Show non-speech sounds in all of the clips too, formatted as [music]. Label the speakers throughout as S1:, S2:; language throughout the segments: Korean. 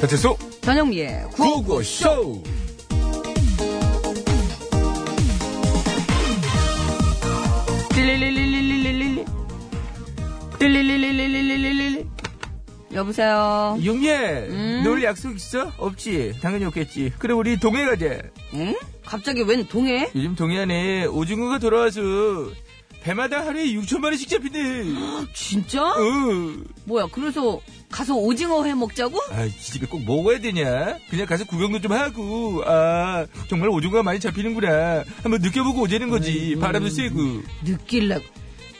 S1: 배태수
S2: 전영미의 구호
S1: 구호쇼
S2: 릴릴릴릴릴릴릴릴. 릴릴릴릴릴릴릴릴. 여보세요.
S3: 용예,
S2: 음.
S3: 놀 약속 있어? 없지. 당연히 없겠지. 그래, 우리 동해 가자.
S2: 에? 갑자기 웬 동해?
S3: 요즘 동해안에 오징어가 돌아와서 배마다 하루에 6천만원씩
S1: [gasps]
S3: 잡힌대.
S2: 아, 진짜?
S3: 어.
S2: 뭐야, 그래서 가서 오징어 해 먹자고?
S3: 아, 지집에 꼭 먹어야 되냐? 그냥 가서 구경도 좀 하고. 아, 정말 오징어가 많이 잡히는구나. 한번 느껴보고 오자는 거지.
S1: 음.
S3: 바람도 쐬고.
S2: 느낄래.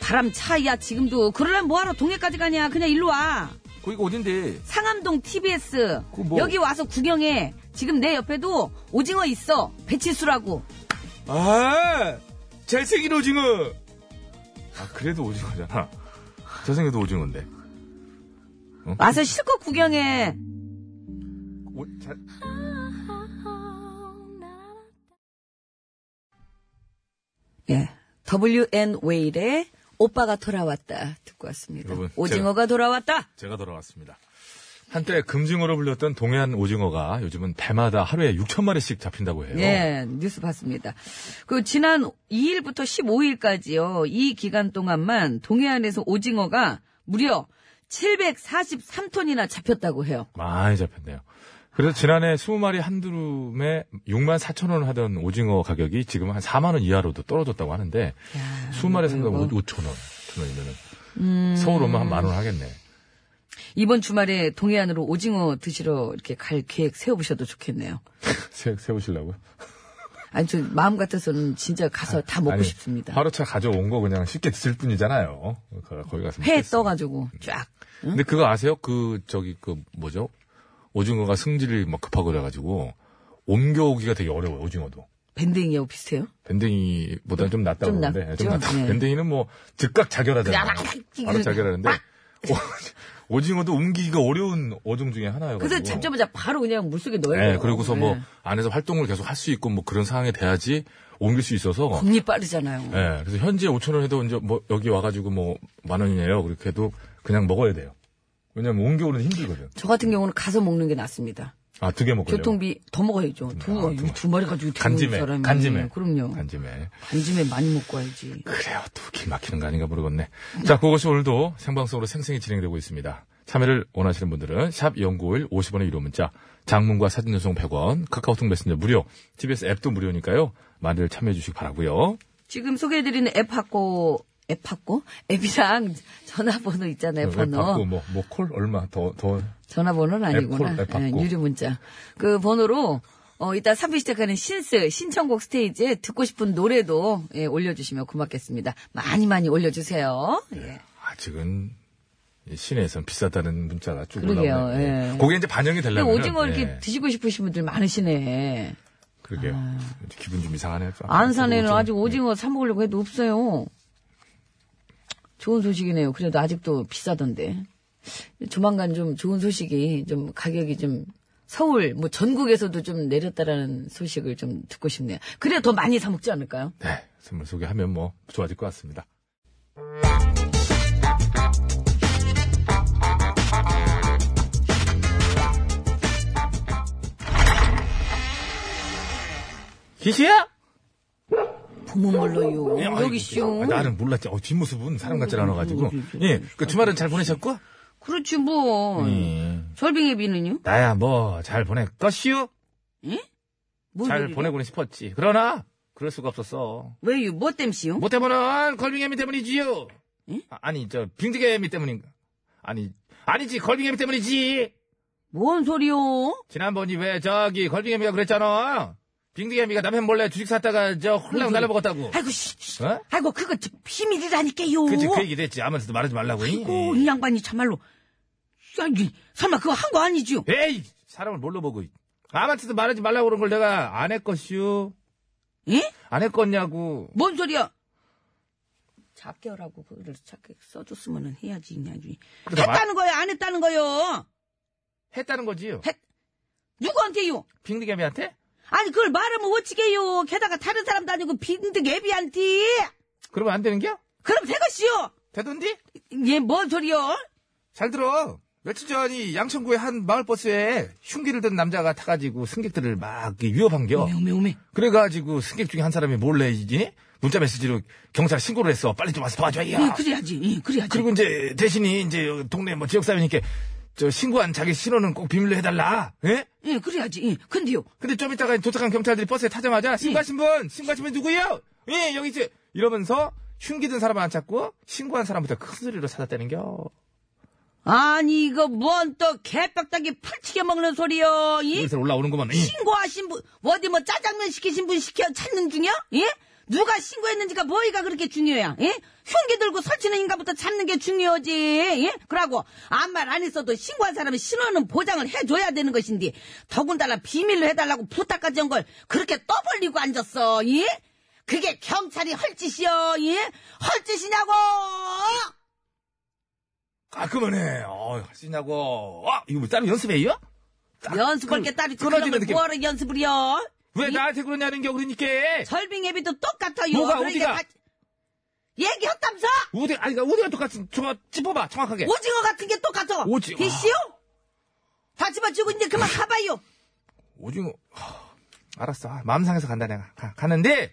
S2: 바람 차야, 지금도. 그러려면 뭐하러 동해까지 가냐. 그냥 일로 와.
S3: 거기가 어딘데?
S2: 상암동 TBS.
S3: 그 뭐-
S2: 여기 와서 구경해. 지금 내 옆에도 오징어 있어. 배치수라고.
S3: 아, 잘생긴 오징어. 아, 그래도
S1: [laughs]
S3: 오징어잖아.
S1: 잘생겨도 오징어인데
S2: 와서 실컷 구경해.
S1: 오, 잘...
S2: 예. WN 웨일의 오빠가 돌아왔다. 듣고 왔습니다.
S1: 여러분,
S2: 오징어가 돌아왔다.
S1: 제가 돌아왔습니다 한때 금징어로 불렸던 동해안 오징어가 요즘은 배마다 하루에 6천 마리씩 잡힌다고 해요
S2: 예, 뉴스 봤습니다. 그 지난 2일부터 15일까지요. 이 기간 동안만 동해안에서 오징어가 무려 743톤이나 잡혔다고 해요.
S1: 많이 잡혔네요 그래서 지난해 20마리 한 두름에 6만 4천 원 하던 오징어 가격이 지금 한 4만 원 이하로도 떨어졌다고 하는데 20마리 생각하면 5천 원, 5천 원이면은
S2: 음.
S1: 서울 오면 한 만 원 하겠네
S2: 이번 주말에 동해안으로 오징어 드시러 이렇게 갈 계획 세워보셔도 좋겠네요.
S1: 세, 세우시려고요?
S2: 아니, 저 마음 같아서는 진짜 가서 다 먹고
S1: 아니,
S2: 싶습니다.
S1: 화로차 가져온 거 그냥 쉽게 드실 뿐이잖아요. 거- 거기 가서.
S2: 회
S1: 먹겠어요.
S2: 떠가지고 쫙.
S1: 근데 그거 아세요? 그, 저기, 그, 뭐죠? 오징어가 승질이 막 급하고 그래가지고, 옮겨오기가 되게 어려워요, 오징어도.
S2: 밴댕이하고 비슷해요?
S1: 밴댕이보다는 좀 낫다고
S2: 좀
S1: 그러는데,
S2: 낫죠.
S1: 좀 낫다.
S2: 네.
S1: 밴댕이는 뭐, 즉각 자결하잖아요.
S2: 그냥 막
S1: 바로 자결하는데, 오- [laughs] 오징어도 옮기기가 어려운 어종 중에 하나예요.
S2: 그래서 잡자마자 바로 그냥 물속에 넣어요.
S1: 예, 그리고서 뭐,
S2: 네.
S1: 안에서 활동을 계속 할 수 있고, 뭐, 그런 상황에 돼야지 옮길 수 있어서,
S2: 겁이 빠르잖아요.
S1: 예, 그래서 현재 5천 원 해도 이제 뭐 여기 와가지고 뭐 만 원이에요. 그렇게 해도 그냥 먹어야 돼요. 왜냐면 옮겨오는 힘들거든.
S2: 저 같은 경우는 가서 먹는 게 낫습니다.
S1: 아 두 개 먹어요.
S2: 교통비 더 먹어야죠. 두,
S1: 아, 두 마리.
S2: 두 마리 가지고 되는
S1: 간지매,
S2: 사람이.
S1: 간지매.
S2: 네, 그럼요.
S1: 간지매.
S2: 간지매 많이 먹고 와야지.
S1: 그래요. 또 길 막히는 거 아닌가 모르겠네. 자, 그것이 오늘도 생방송으로 생생히 진행되고 있습니다. 참여를 원하시는 분들은 샵 0951 50원의 유료 문자, 장문과 사진 전송 100원, 카카오톡 메신저 무료, TBS 앱도 무료니까요. 많이들 참여해 주시기 바라고요.
S2: 지금 소개해드리는 앱 받고, 앱 받고? 앱이랑 전화번호 있잖아요,
S1: 받고
S2: 네, 번호.
S1: 뭐뭐 콜 얼마 더 더.
S2: 전화번호는 아니구나.
S1: 앱 콜, 앱 받고.
S2: 예, 유료 문자. 그 번호로, 어, 이따 3부 시작하는 신스, 신청곡 스테이지에 듣고 싶은 노래도, 예, 올려주시면 고맙겠습니다. 많이 많이 올려주세요. 예.
S1: 아직은 이 시내에선 비싸다는 문자가 쭉
S2: 그러게요,
S1: 올라오네요.
S2: 예.
S1: 그게 이제 반영이
S2: 근데
S1: 되려면
S2: 오징어 이렇게
S1: 예.
S2: 드시고 싶으신 분들 많으시네.
S1: 그러게요. 기분 좀 이상하네요. 좀.
S2: 안산에는
S1: 그렇죠. 오징어. 예.
S2: 아직 오징어 사 먹으려고 해도 없어요. 좋은 소식이네요. 그래도 아직도 비싸던데. 조만간 좀 좋은 소식이 좀 가격이 좀 서울 뭐 전국에서도 좀 내렸다라는 소식을 좀 듣고 싶네요. 그래야 더 많이 사 먹지 않을까요?
S1: 네, 선물 소개하면 뭐 좋아질 것 같습니다.
S3: 기시야?
S2: 부모물로요.
S1: 어, 아이고,
S2: 여기
S1: 아,
S2: 쇼.
S1: 나는 몰랐지. 어, 뒷모습은 사람 같지 않아가지고. 예, 그 주말은 잘 보내셨고?
S2: 그렇지 뭐.
S1: 예.
S2: 절빙의 비는요?
S1: 나야 뭐 잘 보냈겠슈?
S2: 뭔
S3: 잘
S2: 소리예요?
S3: 보내고는 싶었지. 그러나, 그럴 수가 없었어.
S2: 왜요? 뭐 땜시요?
S3: 못해보는 걸빙애미 때문이지요.
S2: 응?
S1: 아, 니저 빙지개미 때문인가?
S3: 아니, 아니지, 걸빙애미 때문이지.
S2: 뭔 소리요?
S3: 지난번이 왜 저기 걸빙애미가 그랬잖아. 빙디개미가 남편 몰래 주식 샀다가 저 홀랑 날라먹었다고.
S2: 어, 네. 아이고 씨, 씨.
S3: 어?
S2: 아이고 그거 저 비밀이라니까요.
S3: 그치, 예, 그 얘기 됐지. 아무한테도 말하지 말라고. 이.
S2: 아이고, 이 양반이 참말로. 야, 이, 설마 그거 한 거 아니지요?
S3: 에이, 사람을 뭘로 보고. 이. 아무한테도 말하지 말라고 그런 걸 내가 안 했것이요.
S2: 예?
S3: 안 했겠냐고.
S2: 뭔 소리야? 작게 하라고 그거를 작게 써줬으면 해야지, 그냥. 이.
S3: 그래서 그러니까 말-
S2: 했다는 거야, 안 했다는 거요?
S3: 했다는 거지요.
S2: 했, 누구한테요?
S3: 빙디개미한테?
S2: 아니, 그걸 말하면 어찌게요? 게다가 다른 사람도 아니고 빈득 애비한테!
S3: 그러면 안 되는 겨?
S2: 그럼 되것이요! 예,
S3: 되던디? 어.
S2: 얘, 뭔 소리요?
S3: 잘 들어. 며칠 전이 양천구의 한 마을버스에 흉기를 든 남자가 타가지고 승객들을 막 위협한겨.
S2: 오메, 오메.
S3: 그래가지고 승객 중에 한 사람이 몰래 이제 문자 메시지로 경찰에 신고를 했어. 빨리 좀 와서 도와줘야.
S2: 예, 그래야지. 예, 그래야지.
S3: 그리고 이제 대신이 이제 동네 뭐 지역사회니까 저 신고한 자기 신원은 꼭 비밀로 해달라. 예?
S2: 예, 그래야지. 예. 근데요.
S3: 근데 좀 이따가 도착한 경찰들이 버스에
S2: 네.
S3: 타자마자 신고하신 분, 신고하신 분 누구예요? 예, 여기 이제 이러면서 흉기 든 사람 안 찾고 신고한 사람부터 큰 소리로 찾았다는겨.
S2: 아니, 이거 뭔 또 개빡딱이 풀치게 먹는 소리요. 예?
S3: 여기서 올라오는구만. 예.
S2: 신고하신 분, 어디 뭐 짜장면 시키신 분 시켜 찾는 중이야? 예? 누가 신고했는지가 뭐이가 그렇게 중요해? 예? 흉기 들고 설치는 인가부터 찾는 게 중요하지. 예? 그러고 아무 말 안 했어도 신고한 사람이 신원은 보장을 해줘야 되는 것인데 더군다나 비밀로 해달라고 부탁까지 한 걸 그렇게 떠벌리고 앉았어. 예? 그게 경찰이 헐짓이여. 예? 헐짓이냐고.
S3: 아, 그만해. 어, 쓰냐고. 아, 이거 뭐 따로 연습해요?
S2: 연습할 게 따로
S3: 끊어지는
S2: 그런 걸
S3: 느낌.
S2: 뭐하러 연습을 해요?
S3: 왜 나한테 그러냐는 겨, 그러니까.
S2: 절빙애비도 똑같아요.
S3: 뭐가
S2: 그러니까
S3: 어디가?
S2: 얘기했담서
S3: 우대, 아니, 그러니까 우대가 똑같은, 저, 짚어봐, 정확하게.
S2: 오징어 같은 게 똑같아.
S3: 예. 오징어.
S2: 대시요? 다 집어주고 이제 그만 가봐요.
S3: 오징어. 하, 알았어. 아, 마음 상해서 간다, 내가. 가, 가는데,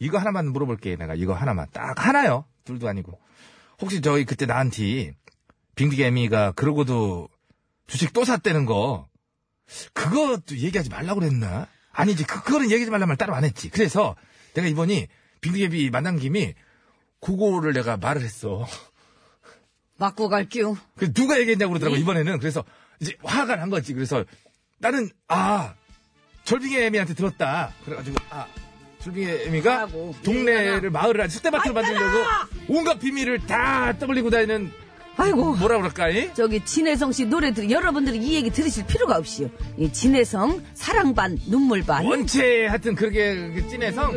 S3: 이거 하나만 물어볼게, 내가. 이거 하나만. 딱 하나요. 둘도 아니고. 혹시 저희 그때 나한테, 빙비개미가 그러고도 주식 또 샀다는 거, 그것도 얘기하지 말라고 그랬나? 아니지, 그, 그거는 얘기하지 말란 말 따로 안 했지. 그래서, 내가 이번이 빙비개미 만난 김이, 그거를 내가 말을 했어.
S2: 맞고 갈게요.
S3: 그 누가 얘기했냐고 그러더라고 이번에는 그래서 이제 화가 난 거지 그래서 나는 아 절빙의 애미한테 들었다 그래가지고 아 절빙의 애미가
S2: 하고.
S3: 동네를 마을을 예, 아주 숙대밭으로 만들려고
S2: 아이쿠야!
S3: 온갖 비밀을 다 떠벌리고 다니는
S2: 아이고.
S3: 뭐라 그럴까 이?
S2: 저기 진혜성 씨 노래 들 여러분들이 이 얘기 들으실 필요가 없이요. 이 진혜성 사랑 반 눈물 반.
S3: 뭐? 원체 하여튼 그렇게 그 찐해서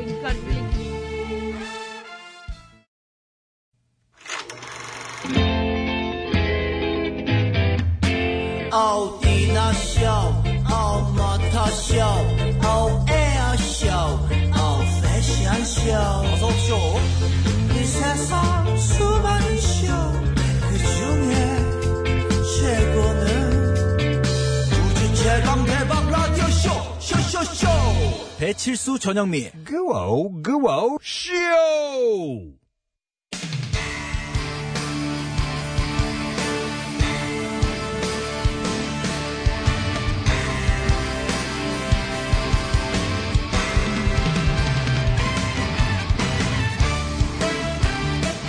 S4: 어디나 쇼, 어머터 쇼, 어에어 쇼, 어 패션 쇼. 어서 쇼. 이 세상 수많은 쇼, 그 중에 최고는 우주 최강 대박 라디오 쇼, 쇼쇼쇼. 배칠수 전영미.
S3: 그와우 그와우 쇼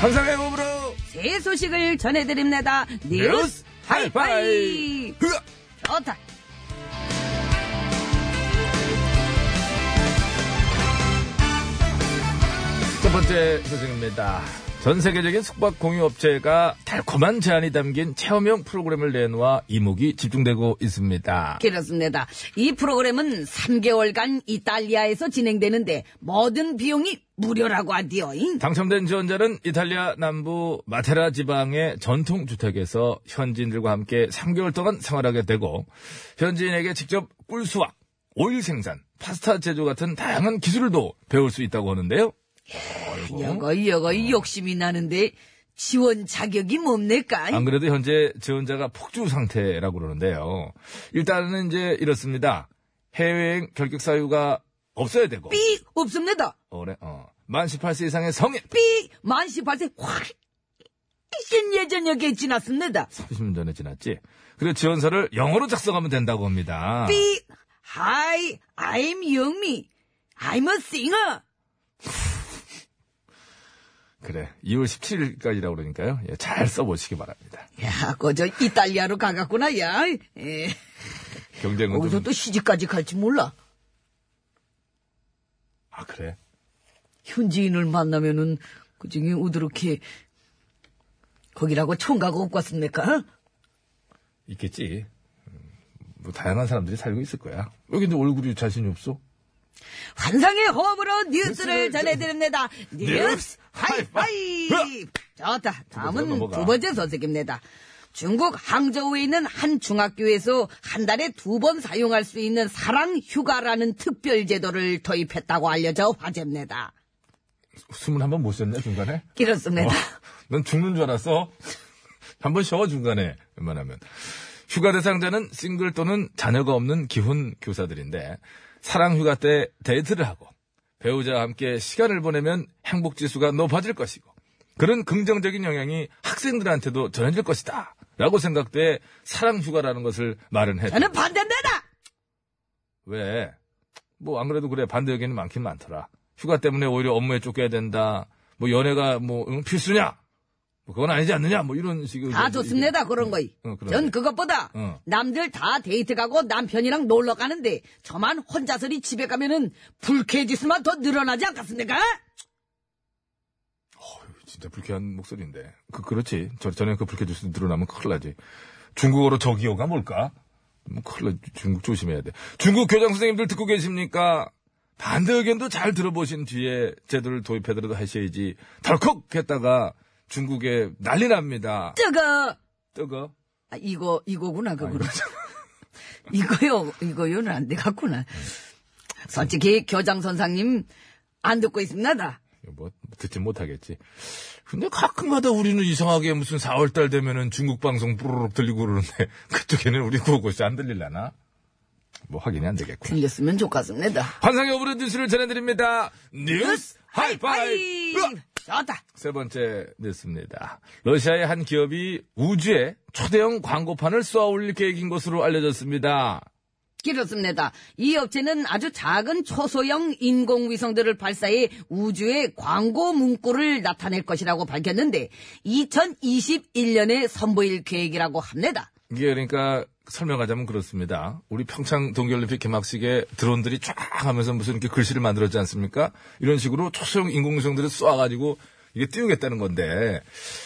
S3: 환상의 몸으로
S2: 새 소식을 전해드립니다.
S3: 뉴스
S2: 뉴스
S3: 예. 하이파이
S2: 하이파이.
S3: 흐아!
S2: 좋다.
S1: 첫 번째 소식입니다. 전 세계적인 숙박 공유업체가 달콤한 제안이 담긴 체험형 프로그램을 내놓아 이목이 집중되고 있습니다.
S2: 그렇습니다. 이 프로그램은 3개월간 이탈리아에서 진행되는데 모든 비용이 무료라고 하디요. 잉?
S1: 당첨된 지원자는 이탈리아 남부 마테라 지방의 전통 주택에서 현지인들과 함께 3개월 동안 생활하게 되고 현지인에게 직접 꿀 수확, 오일 생산, 파스타 제조 같은 다양한 기술도 배울 수 있다고 하는데요.
S2: 여거 여거 이 욕심이 나는데 지원 자격이 뭡니까?
S1: 안 그래도 현재 지원자가 폭주 상태라고 그러는데요. 일단은 이제 이렇습니다. 해외여행 결격 사유가 없어야 되고
S2: 삐 없습니다.
S1: 어, 그래? 어. 만 18세 이상의 성인
S2: 삐만 18세 확 이신 예전역에 지났습니다.
S1: 30년 전에 지났지. 그리고 지원서를 영어로 작성하면 된다고 합니다.
S2: 삐 Hi, I'm 영미. 어 I'm a singer.
S1: 그래. 2월 17일까지라고 그러니까요. 예, 잘 써보시기 바랍니다.
S2: 야, 거저 이탈리아로 가갔구나, 야. 예.
S1: 경쟁은
S2: 거기서
S1: 어, 좀...
S2: 또 시집까지 갈지 몰라.
S1: 아, 그래?
S2: 현지인을 만나면은 그중에 우드룩히 거기라고 총각 없고 왔습니까? 어?
S1: 있겠지. 음, 뭐 다양한 사람들이 살고 있을 거야. 왜 근데 얼굴이 자신이 없어?
S2: 환상의 호흡으로 뉴스를 전해드립니다. 뉴스 하이파이! 좋다. 다음은
S1: 넘어가.
S2: 두 번째 소식입니다. 중국 항저우에 있는 한 중학교에서 한 달에 두 번 사용할 수 있는 사랑 휴가라는 특별 제도를 도입했다고 알려져 화제입니다.
S1: 숨을 한번 못 쉬었냐, 중간에?
S2: 어? 그렇습니다.
S1: 넌 죽는 줄 알았어. [laughs] 한 번 쉬어 중간에 웬만하면. 휴가 대상자는 싱글 또는 자녀가 없는 기혼 교사들인데 사랑 휴가 때 데이트를 하고 배우자와 함께 시간을 보내면 행복 지수가 높아질 것이고 그런 긍정적인 영향이 학생들한테도 전해질 것이다. 라고 생각돼 사랑 휴가라는 것을 말은 했다.
S2: 나는 반대입니다!
S1: 왜? 뭐 안 그래도 그래 반대 의견이 많긴 많더라. 휴가 때문에 오히려 업무에 쫓겨야 된다. 뭐 연애가 뭐 응, 필수냐? 뭐 그건 아니지 않느냐? 뭐 이런 식의
S2: 다
S1: 의견도
S2: 아, 좋습니다,
S1: 있고.
S2: 그런 거이.
S1: 응, 음. 어, 그런
S2: 전
S1: 거.
S2: 그것보다
S1: 어.
S2: 남들 다 데이트 가고 남편이랑 놀러 가는데 저만 혼자서리 집에 가면은 불쾌지수만 더 늘어나지 않겠습니까?
S1: 진짜 불쾌한 목소리인데. 그 그렇지. 저 전에 그 불쾌 주스 늘어나면 큰일 나지. 중국어로 저기요가 뭘까? 뭐 큰일 나. 중국 조심해야 돼. 중국 교장 선생님들 듣고 계십니까? 반대 의견도 잘 들어보신 뒤에 제도를 도입해드려도 하셔야지. 덜컥 했다가 중국에 난리 납니다.
S2: 뜨거!
S1: 뜨거.
S2: 아, 이거, 이거구나, 그거로. [laughs] 이거요, 이거요는 안 되겠구나. 솔직히 교장 선생님 안 듣고 있습니다.
S1: 뭐 듣진 못하겠지. 근데 가끔가다 우리는 이상하게 무슨 4월달 되면은 중국 방송 뿌르륵 들리고 그러는데 [laughs] 그쪽에는 우리 구호고시 안 들릴라나? 뭐 확인이 안 되겠군.
S2: 생겼으면 좋겠습니다.
S1: 환상의 오브의 뉴스를 전해드립니다. 뉴스
S2: 아이!
S1: 하이파이브!
S2: 좋다!
S1: 세 번째 뉴스입니다. 러시아의 한 기업이 우주에 초대형 광고판을 쏘아 올릴 계획인 것으로 알려졌습니다.
S2: 그렇습니다. 이 업체는 아주 작은 초소형 인공위성들을 발사해 우주의 광고 문구를 나타낼 것이라고 밝혔는데 2021년에 선보일 계획이라고 합니다.
S1: 이게 그러니까 설명하자면 그렇습니다. 우리 평창 동계올림픽 개막식에 드론들이 쫙 하면서 무슨 이렇게 글씨를 만들었지 않습니까? 이런 식으로 초소형 인공위성들을 쏘아가지고 이게 띄우겠다는 건데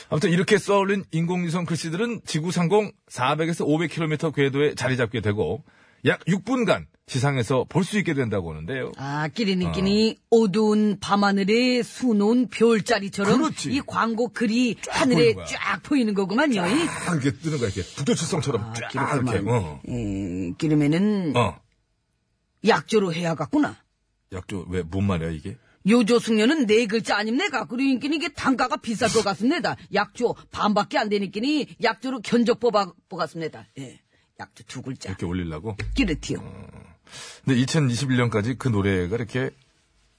S1: 아무튼 이렇게 쏘아올린 인공위성 글씨들은 지구 상공 400에서 500km 궤도에 자리 잡게 되고 약 6분간 지상에서 볼 수 있게 된다고 하는데요.
S2: 아, 끼리니끼니 어두운 밤하늘에 수놓은 별자리처럼
S1: 그렇지.
S2: 이 광고 글이 하늘에
S1: 보이는 거야.
S2: 쫙 보이는 거구만요. 이.
S1: 쫙 이렇게 뜨는 거야 이렇게
S2: 아,
S1: 북두칠성처럼 쫙
S2: 그렇구만.
S1: 이렇게 어.
S2: 에, 그러면은
S1: 어.
S2: 예, 약조로 해야겠구나.
S1: 약조 왜 뭔 말이야 이게?
S2: 요조 숙녀는 네 글자 아닙니까? 그러니까 이게 단가가 비쌀 것 같습니다. 약조 반밖에 안 되니까 약조로 견적 뽑아 뽑았습니다. 예. 약조 두 글자.
S1: 이렇게 올리려고?
S2: 끼르티요.
S1: 근데 2021년까지 그 노래가 이렇게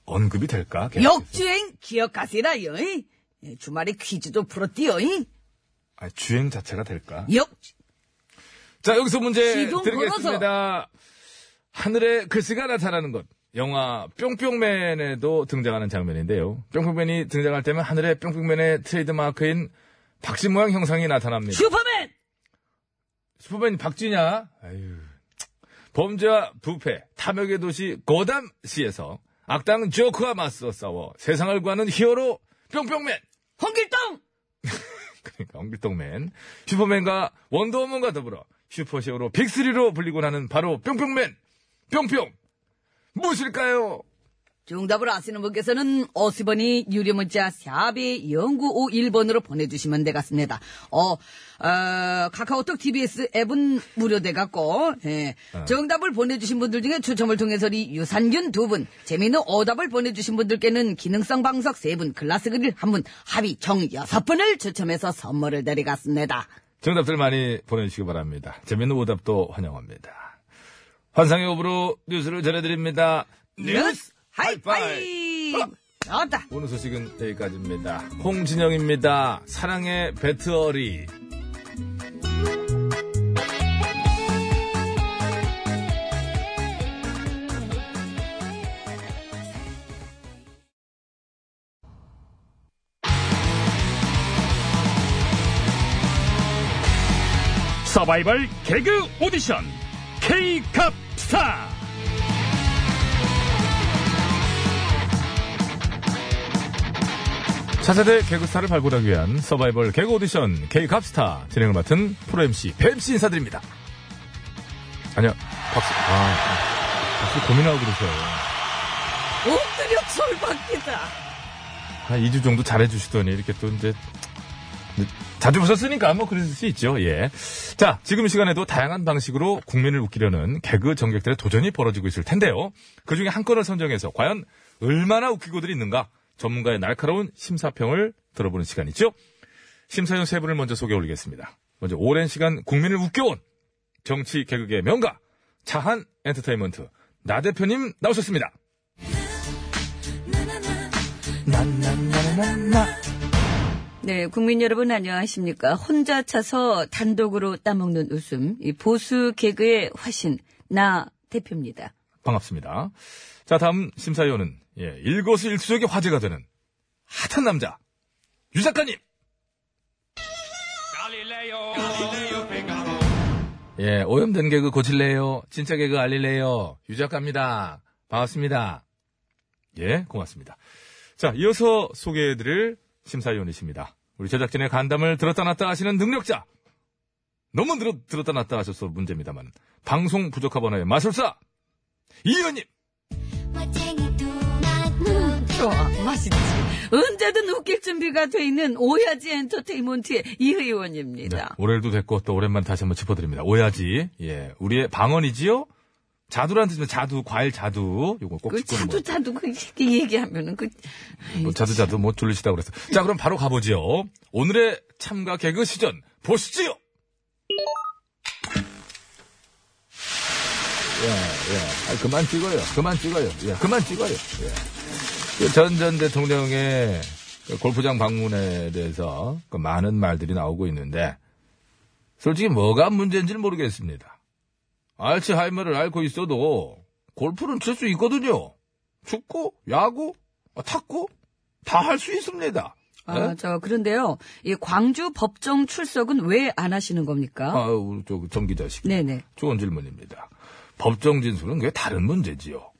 S1: 언급이 될까? 계속해서.
S2: 역주행 기억하시라요. 이. 예, 주말에 퀴즈도 풀었디요. 이.
S1: 아, 주행 자체가 될까?
S2: 역
S1: 자, 여기서 문제
S2: 지동
S1: 드리겠습니다. 하늘에 글씨가 나타나는 것. 영화 뿅뿅맨에도 등장하는 장면인데요. 뿅뿅맨이 등장할 때면 하늘에 뿅뿅맨의 트레이드마크인 박쥐 모양 형상이 나타납니다.
S2: 슈퍼맨
S1: 슈퍼맨 박쥐냐? 아유. 범죄와 부패, 탐욕의 도시 고담시에서 악당 조크와 맞서 싸워 세상을 구하는 히어로 뿅뿅맨!
S2: 홍길동
S1: 그러니까 엉길동맨. 슈퍼맨과 원더우먼과 더불어 슈퍼시어로 빅3로 불리곤 하는 바로 뿅뿅맨! 뿅뿅! 무엇일까요?
S2: 정답을 아시는 분께서는 50원이 유료 문자 샵이 0951번으로 보내주시면 되겠습니다. 어, 어, 카카오톡 TBS 앱은 무료돼갖고, 예.
S1: 아.
S2: 정답을 보내주신 분들 중에 추첨을 통해서 이 유산균 두 분, 재미있는 오답을 보내주신 분들께는 기능성 방석 세 분, 글라스 그릴 한 분, 합의 정 여섯 분을 추첨해서 선물을 드리겠습니다.
S1: 정답들 많이 보내주시기 바랍니다. 재밌는 오답도 환영합니다. 환상의 오브로 뉴스를 전해드립니다. 뉴스 하이파이!
S2: 하이파이브! 나왔다!
S1: 오늘 소식은 여기까지입니다. 홍진영입니다. 사랑의 배터리.
S5: 서바이벌 개그 오디션 K-컵 스타
S1: 차세대 개그스타를 발굴하기 위한 서바이벌 개그 오디션 K갑스타 진행을 맡은 프로 MC 뱀씨 인사드립니다. 아니요, 박수, 아, 박수 고민하고 그러세요.
S2: 엎드려 절박기다!
S1: 한 2주 정도 잘해주시더니 이렇게 또 이제 자주 보셨으니까 뭐 그럴 수 있죠. 예. 자, 지금 이 시간에도 다양한 방식으로 국민을 웃기려는 개그 전객들의 도전이 벌어지고 있을 텐데요. 그 중에 한 건을 선정해서 과연 얼마나 웃기고들 있는가 전문가의 날카로운 심사평을 들어보는 시간이죠. 심사위원 세 분을 먼저 소개 올리겠습니다. 먼저 오랜 시간 국민을 웃겨온 정치 개그계 명가 차한 엔터테인먼트 나 대표님 나오셨습니다.
S2: 네, 국민 여러분 안녕하십니까. 혼자 차서 단독으로 따먹는 웃음, 이 보수 개그의 화신, 나 대표입니다.
S1: 반갑습니다. 자, 다음 심사위원은 예, 일거수일투족의 화제가 되는 핫한 남자 유 작가님. 예, 오염된 개그 고칠래요. 진짜 개그 알릴래요. 유 작가입니다. 반갑습니다. 예, 고맙습니다. 자, 이어서 소개해드릴 심사위원이십니다. 우리 제작진의 간담을 들었다 놨다 하시는 능력자. 너무 들었, 들었다 놨다 하셔서 문제입니다만. 방송 부족한 번호의 마술사! 이현님!
S2: 좋아, 맛있지. 언제든 웃길 준비가 돼 있는 오야지 엔터테인먼트의 이
S1: 네,
S2: 의원입니다.
S1: 올해도 됐고 또 오랜만에 다시 한번 짚어드립니다. 오야지. 예, 우리의 방언이지요? 자두라는 뜻입니 자두, 과일 자두. 요거 꼭
S2: 그
S1: 짚고 뭐
S2: 자두
S1: 넘어-
S2: 자두 그 얘기하면은 그
S1: 뭐 자두 자두 뭐 졸리시다 그랬어. 자, 그럼 바로 가보지요. 오늘의 참가 개그 시전 보시지요. 예, 예. 아, 그만 찍어요. 그만 찍어요. 예, 그만 찍어요. 예. 전 전 대통령의 그 골프장 방문에 대해서 그 많은 말들이 나오고 있는데 솔직히 뭐가 문제인지는 모르겠습니다. 알츠하이머를 앓고 있어도 골프는 칠 수 있거든요. 축구, 야구, 어, 탁구 다 할 수 있습니다.
S2: 아,
S1: 예?
S2: 저 그런데요. 이 광주 법정 출석은 왜 안 하시는 겁니까?
S1: 아, 우리 저정 기자식.
S2: 네네.
S1: 좋은 질문입니다. 법정 진술은 그게 다른 문제지요.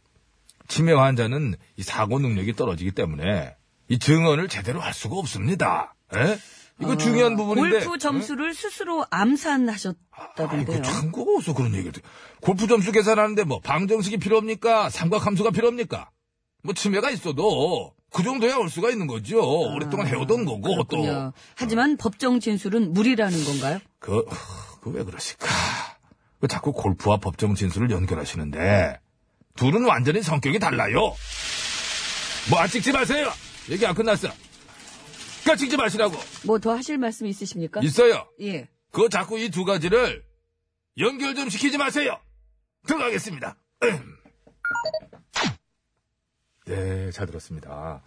S1: 치매 환자는 이 사고 능력이 떨어지기 때문에 이 증언을 제대로 할 수가 없습니다. 예? 이거 중요한 부분인데.
S2: 아, 어, 골프
S1: 예?
S2: 점수를 스스로 암산하셨다던데요.
S1: 아이고, 참고가 없어, 그런 얘기를. 들- 골프 점수 계산하는데 뭐, 방정식이 필요 합니까? 삼각함수가 필요 합니까? 뭐, 치매가 있어도, 그 정도야 올 수가 있는 거죠. 오랫동안 해오던 거고, 또.
S2: 아, 그렇군요. 하지만 법정 진술은 무리라는 건가요?
S1: 그, 그 왜 그러실까? 그 자꾸 골프와 법정 진술을 연결하시는데, 둘은 완전히 성격이 달라요. 뭐, 안 찍지 마세요! 얘기 안 끝났어. 그니까 찍지 마시라고!
S2: 뭐 더 하실 말씀 있으십니까?
S1: 있어요!
S2: 예.
S1: 그거 자꾸 이 두 가지를 연결 좀 시키지 마세요. 들어가겠습니다. [clears throat] 음. 네, 잘 들었습니다.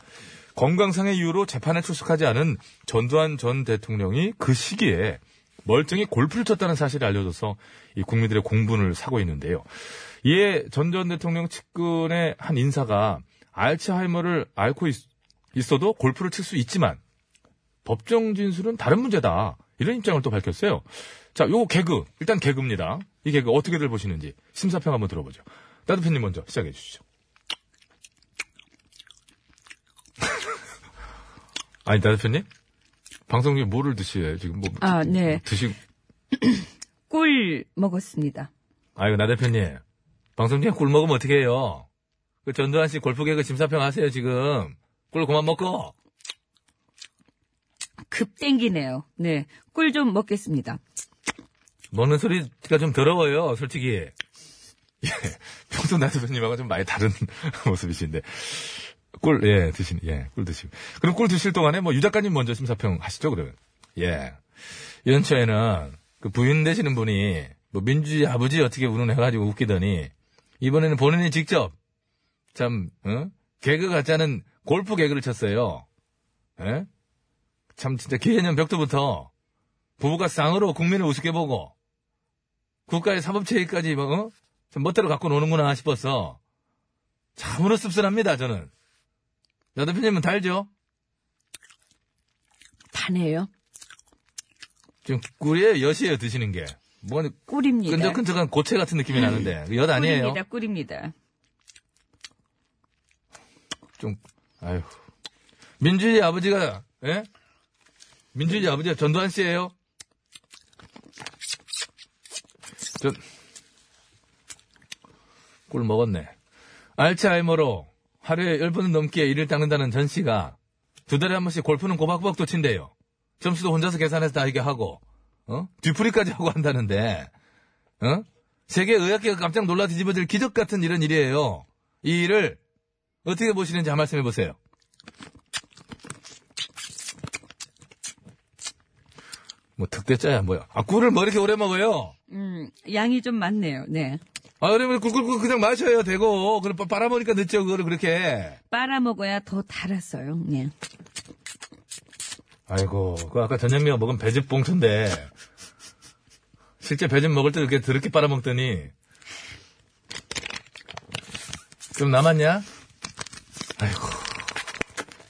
S1: 건강상의 이유로 재판에 출석하지 않은 전두환 전 대통령이 그 시기에 멀쩡히 골프를 쳤다는 사실이 알려져서 이 국민들의 공분을 사고 있는데요. 이에 예, 전 전 대통령 측근의 한 인사가 알츠하이머를 앓고 있, 있어도 골프를 칠 수 있지만 법정 진술은 다른 문제다. 이런 입장을 또 밝혔어요. 자, 요 개그. 일단 개그입니다. 이 개그 어떻게들 보시는지 심사평 한번 들어보죠. 나도편님 먼저 시작해 주시죠. [laughs] 아니, 나도편님? 방송 중에 뭐를 드시요 지금 뭐.
S2: 아, 네.
S1: 드시,
S2: 꿀 먹었습니다.
S1: 아이고, 나 대표님. 방송 중에 꿀 먹으면 어떻게 해요? 그 전두환 씨 골프 개그 심사평 하세요, 지금. 꿀 그만 먹고.
S2: 급 땡기네요. 네. 꿀 좀 먹겠습니다.
S1: 먹는 소리가 좀 더러워요, 솔직히. 예. 평소 나선생님하고 좀 많이 다른 [laughs] 모습이신데. 꿀, 예, 드신, 예, 꿀 드시고. 그럼 꿀 드실 동안에 뭐, 유 작가님 먼저 심사평 하시죠, 그러면. 예. 연초에는, 그 부인 되시는 분이, 뭐, 민주주의 아버지 어떻게 운운해가지고 웃기더니, 이번에는 본인이 직접, 참, 어? 개그 같지 않은 골프 개그를 쳤어요. 예? 참, 진짜 기해년 벽두부터, 부부가 쌍으로 국민을 우습게 보고 국가의 사법체계까지 뭐, 어? 참 멋대로 갖고 노는구나 싶어서 참으로 씁쓸합니다 저는 나 대표님은 달죠?
S2: 다네요.
S1: 지금 꿀이에요 엿이에요 드시는 게뭐
S2: 꿀입니다.
S1: 끈적끈적한 고체 같은 느낌이 나는데 그 엿 아니에요
S2: 꿀입니다. 꿀입니다.
S1: 좀 아휴 민주주의 아버지가 예? 민주주의 아버지가 전두환 씨예요 저꿀 먹었네 알츠하이머로 하루에 10번은 넘게 일을 닦는다는 전 씨가 두 달에 한 번씩 골프는 꼬박꼬박도 친대요 점수도 혼자서 계산해서 다 이게 하고 어? 뒤풀이까지 하고 한다는데 어? 세계 의학계가 깜짝 놀라 뒤집어질 기적 같은 이런 일이에요 이 일을 어떻게 보시는지 한 말씀 해보세요. 뭐 특대짜야 뭐야. 아 꿀을 뭐 이렇게 오래 먹어요?
S2: 음, 양이 좀 많네요. 네.
S1: 아 그러면 꿀꿀꿀 그냥 마셔야 되고 그걸 빨- 빨아먹으니까 늦죠 그거를 그렇게.
S2: 빨아 먹어야 더 달았어요. 네.
S1: 아이고 그 아까 전현미가 먹은 배즙 봉투인데 실제 배즙 먹을 때 이렇게 더럽게 빨아먹더니 좀 남았냐? 아이고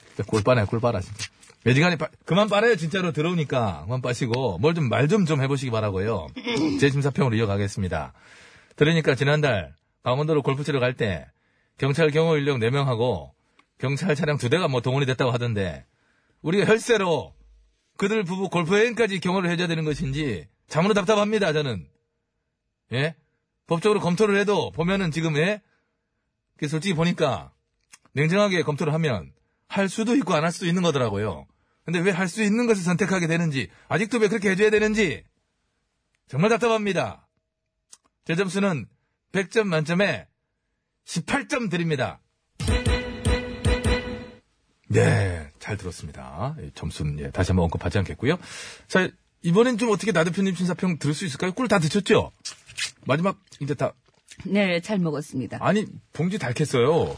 S1: 진짜 꿀 빨아요 꿀 빨아 진짜. 매지간에 빨- 그만 빨아요 진짜로 들어오니까 그만 빠시고 뭘 좀 말 좀 좀 해보시기 바라고요 제 심사평으로 이어가겠습니다 들으니까 지난달 강원도로 골프 치러 갈 때 경찰 경호 인력 4명하고 경찰 차량 2대가 뭐 동원이 됐다고 하던데 우리가 혈세로 그들 부부 골프 여행까지 경호를 해줘야 되는 것인지 참으로 답답합니다 저는 예 법적으로 검토를 해도 보면은 지금 예 그 솔직히 보니까 냉정하게 검토를 하면 할 수도 있고 안 할 수도 있는 거더라고요 근데 왜 할 수 있는 것을 선택하게 되는지 아직도 왜 그렇게 해줘야 되는지 정말 답답합니다 제 점수는 100점 만점에 18점 드립니다 네, 잘 들었습니다. 이 점수는 예, 다시 한번 언급하지 않겠고요. 자, 이번엔 좀 어떻게 나 대표님 심사평 들을 수 있을까요? 꿀 다 드셨죠? 마지막 이제 다
S2: 네, 잘 먹었습니다.
S1: 아니 봉지 닳겠어요.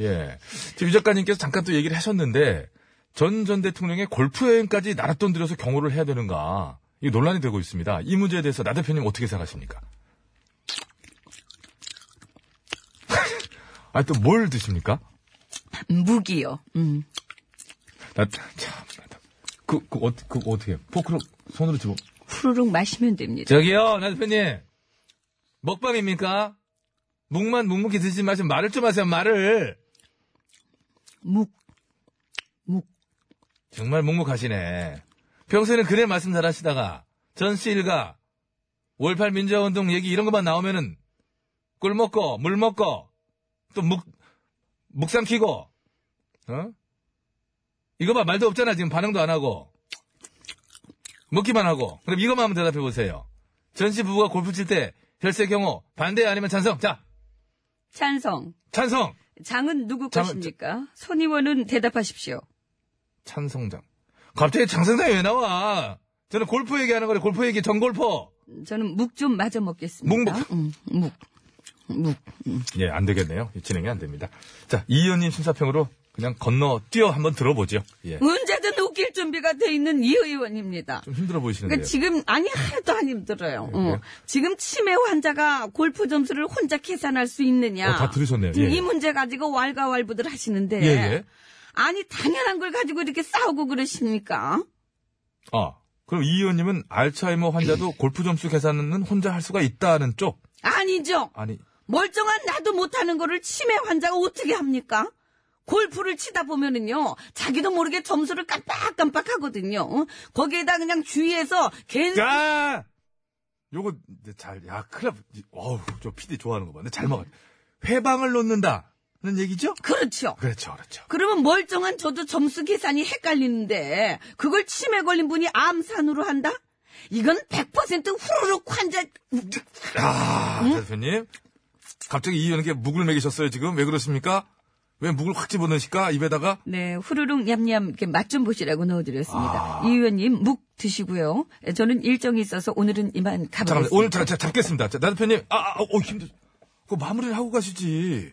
S1: 예, 지금 유 작가님께서 잠깐 또 얘기를 하셨는데 전 전 대통령의 골프 여행까지 나랏돈 들여서 경호를 해야 되는가 이 논란이 되고 있습니다. 이 문제에 대해서 나 대표님 어떻게 생각하십니까? [laughs] 아, 또 뭘 드십니까?
S2: 무기요. 음.
S1: 나, 아, 참, 나, 그, 그, 어, 그, 어떻게, 포크로, 손으로 집어.
S2: 후루룩 마시면 됩니다.
S1: 저기요, 나 대표님. 먹방입니까? 묵만 묵묵히 드시지 마시고 말을 좀 하세요, 말을.
S2: 묵. 묵.
S1: 정말 묵묵하시네. 평소에는 그래 말씀 잘 하시다가, 전씨 일가, 월팔 민주화운동 얘기 이런 것만 나오면은, 꿀 먹고, 물 먹고, 또 묵, 묵삼 키고, 어? 이거 봐, 말도 없잖아, 지금 반응도 안 하고. 먹기만 하고. 그럼 이것만 한번 대답해 보세요. 전씨 부부가 골프 칠 때, 혈세 경호, 반대 아니면 찬성? 자,
S2: 찬성.
S1: 찬성!
S2: 장은 누구
S1: 장은-
S2: 것입니까? 손 의원은 대답하십시오.
S1: 찬성장. 갑자기 장성장이 왜 나와? 저는 골프 얘기하는 거래, 골프 얘기, 전골퍼!
S2: 저는 묵 좀 마저 먹겠습니다.
S1: 묵,
S2: 음, 묵. 묵.
S1: 예, 안 되겠네요. 진행이 안 됩니다. 자, 이 의원님 심사평으로 그냥 건너 뛰어 한번 들어보죠. 예.
S2: 언제든 웃길 준비가 돼 있는 이 의원입니다.
S1: 좀 힘들어 보이시는데요.
S2: 그러니까 지금 아니 하나도 안 힘들어요. 어.
S1: 그래요?
S2: 지금 치매 환자가 골프 점수를 혼자 계산할 수 있느냐?
S1: 어, 다 들으셨네요.
S2: 지금
S1: 예.
S2: 이 문제 가지고 왈가왈부들 하시는데
S1: 예, 예.
S2: 아니 당연한 걸 가지고 이렇게 싸우고 그러십니까?
S1: 아, 그럼 이 의원님은 알츠하이머 환자도 골프 점수 계산은 혼자 할 수가 있다는 쪽?
S2: 아니죠.
S1: 아니,
S2: 멀쩡한 나도 못하는 거를 치매 환자가 어떻게 합니까? 골프를 치다 보면은요, 자기도 모르게 점수를 깜빡깜빡 하거든요. 어? 거기에다 그냥 주위에서 괜
S1: 야! 요거, 이제 잘, 야, 큰일 나. 어우, 저 PD 좋아하는 거 봐. 근데 잘 먹어. 회방을 놓는다는 얘기죠?
S2: 그렇죠.
S1: 그렇죠, 그렇죠.
S2: 그러면 멀쩡한 저도 점수 계산이 헷갈리는데 그걸 치매 걸린 분이 암산으로 한다? 이건 100% 후루룩 환자
S1: 아, 자, 대표님. 갑자기 이 의원님께 묵을 먹이셨어요, 지금. 왜 그렇습니까? 왜 묵을 확 집어넣으실까? 입에다가?
S2: 네, 후루룩 냠냠 이렇게 맛 좀 보시라고 넣어드렸습니다.
S1: 아.
S2: 이 의원님 묵 드시고요. 예, 저는 일정이 있어서 오늘은 이만
S1: 잠깐만
S2: 가보겠습니다.
S1: 오늘 자, 자, 잡겠습니다. 자, 나 대표님, 아, 아, 어, 힘들. 그 마무리를 하고 가시지.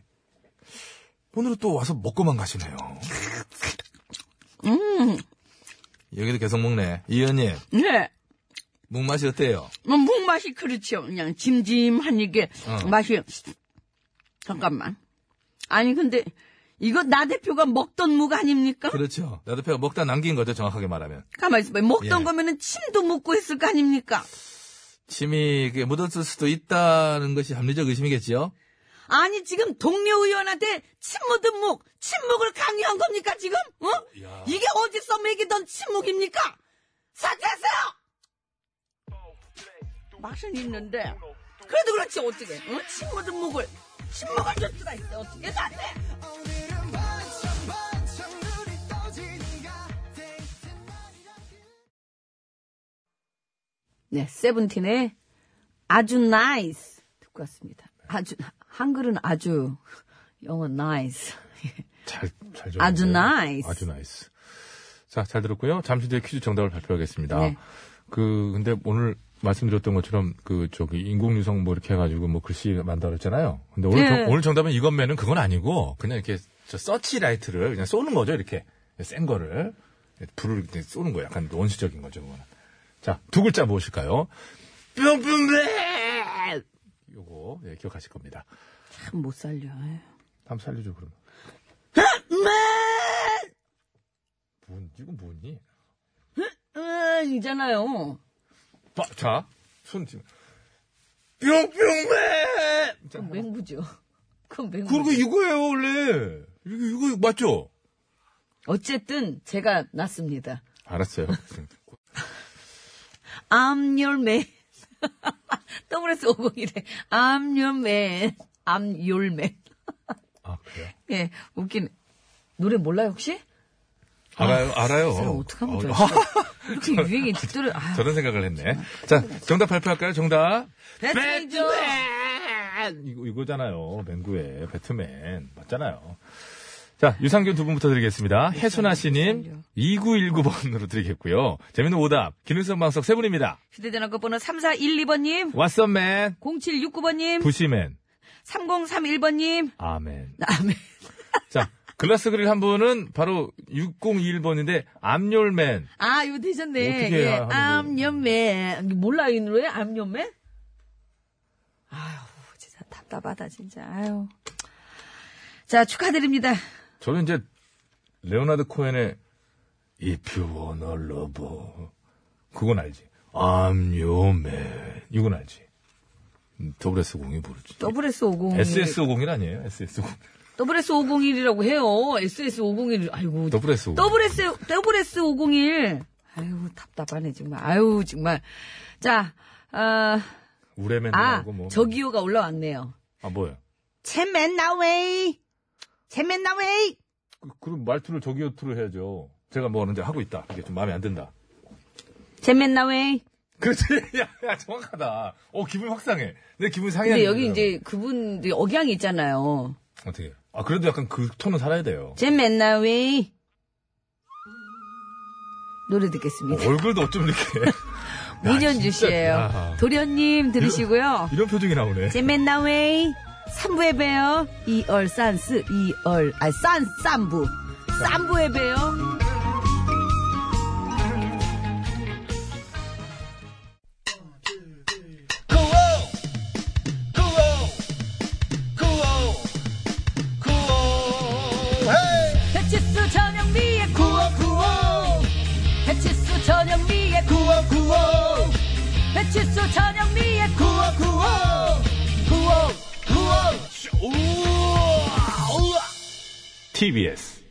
S1: 오늘은 또 와서 먹고만 가시네요. 여기도 계속 먹네. 이 의원님,
S2: 네,
S1: 묵 맛이 어때요?
S2: 뭐, 묵 맛이 그렇죠. 그냥 짐짐한 이게
S1: 어.
S2: 맛이 잠깐만. 아니 근데 이거 나 대표가 먹던 묵 아닙니까?
S1: 그렇죠. 나 대표가 먹다 남긴 거죠, 정확하게 말하면.
S2: 가만 있어봐요. 먹던
S1: 예.
S2: 거면은 침도 묻고 했을 거 아닙니까?
S1: 침이 그게 묻었을 수도 있다는 것이 합리적 의심이겠지요?
S2: 아니 지금 동료 의원한테 침묵은 묵 침묵을 강요한 겁니까 지금? 어? 이게 어디서 매기던 침묵입니까? 사퇴하세요! 맛은 있는데 그래도 그렇지 어떻게? 어? 침묵은 묵을 침묵을 줄 수가 있어 어떻게 해도 안 돼? 네 세븐틴의 아주 나이스 듣고 왔습니다. 아주 한글은 아주 영어 나이스.
S1: 잘, 잘 적었네요.
S2: 아주 나이스.
S1: 아주 나이스. 자, 잘 들었고요. 잠시 뒤에 퀴즈 정답을 발표하겠습니다.
S2: 네.
S1: 그 근데 오늘 말씀드렸던 것처럼 그 저기 인공유성 뭐 이렇게 해가지고 뭐 글씨 만들었잖아요. 근데 오늘
S6: 네.
S1: 정- 오늘 정답은 이것면은 그건 아니고 그냥 이렇게 저 서치라이트를 그냥 쏘는 거죠 이렇게 센 거를 불을 이렇게 쏘는 거예요. 약간 원시적인 거죠 그거는. 자두 글자 무엇일까요? 뿅뿅맨 요거 예, 기억하실 겁니다.
S6: 참 못 살려. 에휴.
S1: 다음 살려줘 그러면. 뭔 이건 뭐니?
S2: 아, 음, 이잖아요.
S1: 봐, 자, 손 지금. 뿅뿅맨! 자,
S2: 그건 맹구죠. 그건 맹구.
S1: 그리고 이거예요, 원래. 이거, 이거, 맞죠?
S2: 어쨌든 제가 났습니다.
S1: 알았어요.
S2: I'm your man. [laughs] WS50이래. I'm your man. I'm your man.
S1: 아, 그래요?
S2: 예, 웃긴. 노래 몰라요, 혹시?
S1: 알아요, 알아요.
S2: 제가 어떡하면
S1: 어,
S2: 좋을까?
S1: 아,
S2: 이렇게 유행이 뒤돌아. 아,
S1: [laughs] 저런 생각을 했네. 자, 정답 발표할까요, 정답?
S2: 배트맨이죠.
S1: 배트맨! 이거, 이거잖아요. 맹구의 배트맨. 맞잖아요. 자, 유산균 두 분부터 드리겠습니다.
S2: 네,
S1: 혜순아 씨님, 2919번으로 드리겠고요. 재밌는 오답, 김윤성 방석 세 분입니다.
S6: 휴대전화 끝번호 3412번님,
S1: 왓썸맨,
S6: 0769번님,
S1: 부시맨,
S6: 3031번님,
S1: 아멘.
S6: 남의
S1: 자, 글라스 그릴 한 분은 바로 6021번인데, 암열맨.
S2: 아, 이거 되셨네.
S1: 어떻게
S2: 예.
S1: 하는
S2: I'm your man. 몰라요, 이 노래? I'm your man?
S6: 진짜 답답하다 진짜. 아유. 자 축하드립니다.
S1: 저는 이제, 레오나드 코엔의 If you wanna love, 그건 알지. 암열맨. 이건 알지. WS0이 모르지.
S2: WS50.
S1: SS50이 아니에요,
S2: [laughs]
S1: SS50.
S2: WS501이라고 해요. SS501. 아이고.
S1: WS50.
S2: WS, WS501. 아유, 답답하네, 정말. 아유, 정말. 자, 아,
S1: 우레맨.
S2: 아,
S1: 하고 뭐.
S2: 저기요가 올라왔네요.
S1: 아, 뭐야.
S6: 챗맨 나웨이. 챗맨 나웨이.
S1: 그, 그럼 말투를 저기요투로 해야죠. 제가 뭐 하는지 하고 있다. 이게 좀 마음에 안 든다.
S6: 챗맨 나웨이.
S1: 그렇지. [laughs] 야, 야, 정확하다. 어, 기분이 확 상해. 내 기분이 상해.
S2: 근데 여기 이제 그분들 억양이 있잖아요.
S1: 어떻게. 아, 그래도 약간 그 톤은 살아야 돼요.
S6: 챗맨 나웨이.
S2: 노래 듣겠습니다.
S1: 얼굴도 어쩜 이렇게 [laughs]
S2: 문현주
S1: 진짜.
S2: 씨예요.
S1: 야.
S2: 도련님 들으시고요.
S1: 이런 표정이 나오네.
S2: 잼맨 나웨이 3부에 봬요. 2월 산스 2월 아산 쌈부 쌈부에 봬요. 배치수 전영미의 9595 배치수 전영미의 9595 배치수 전영미의 9595
S1: TBS.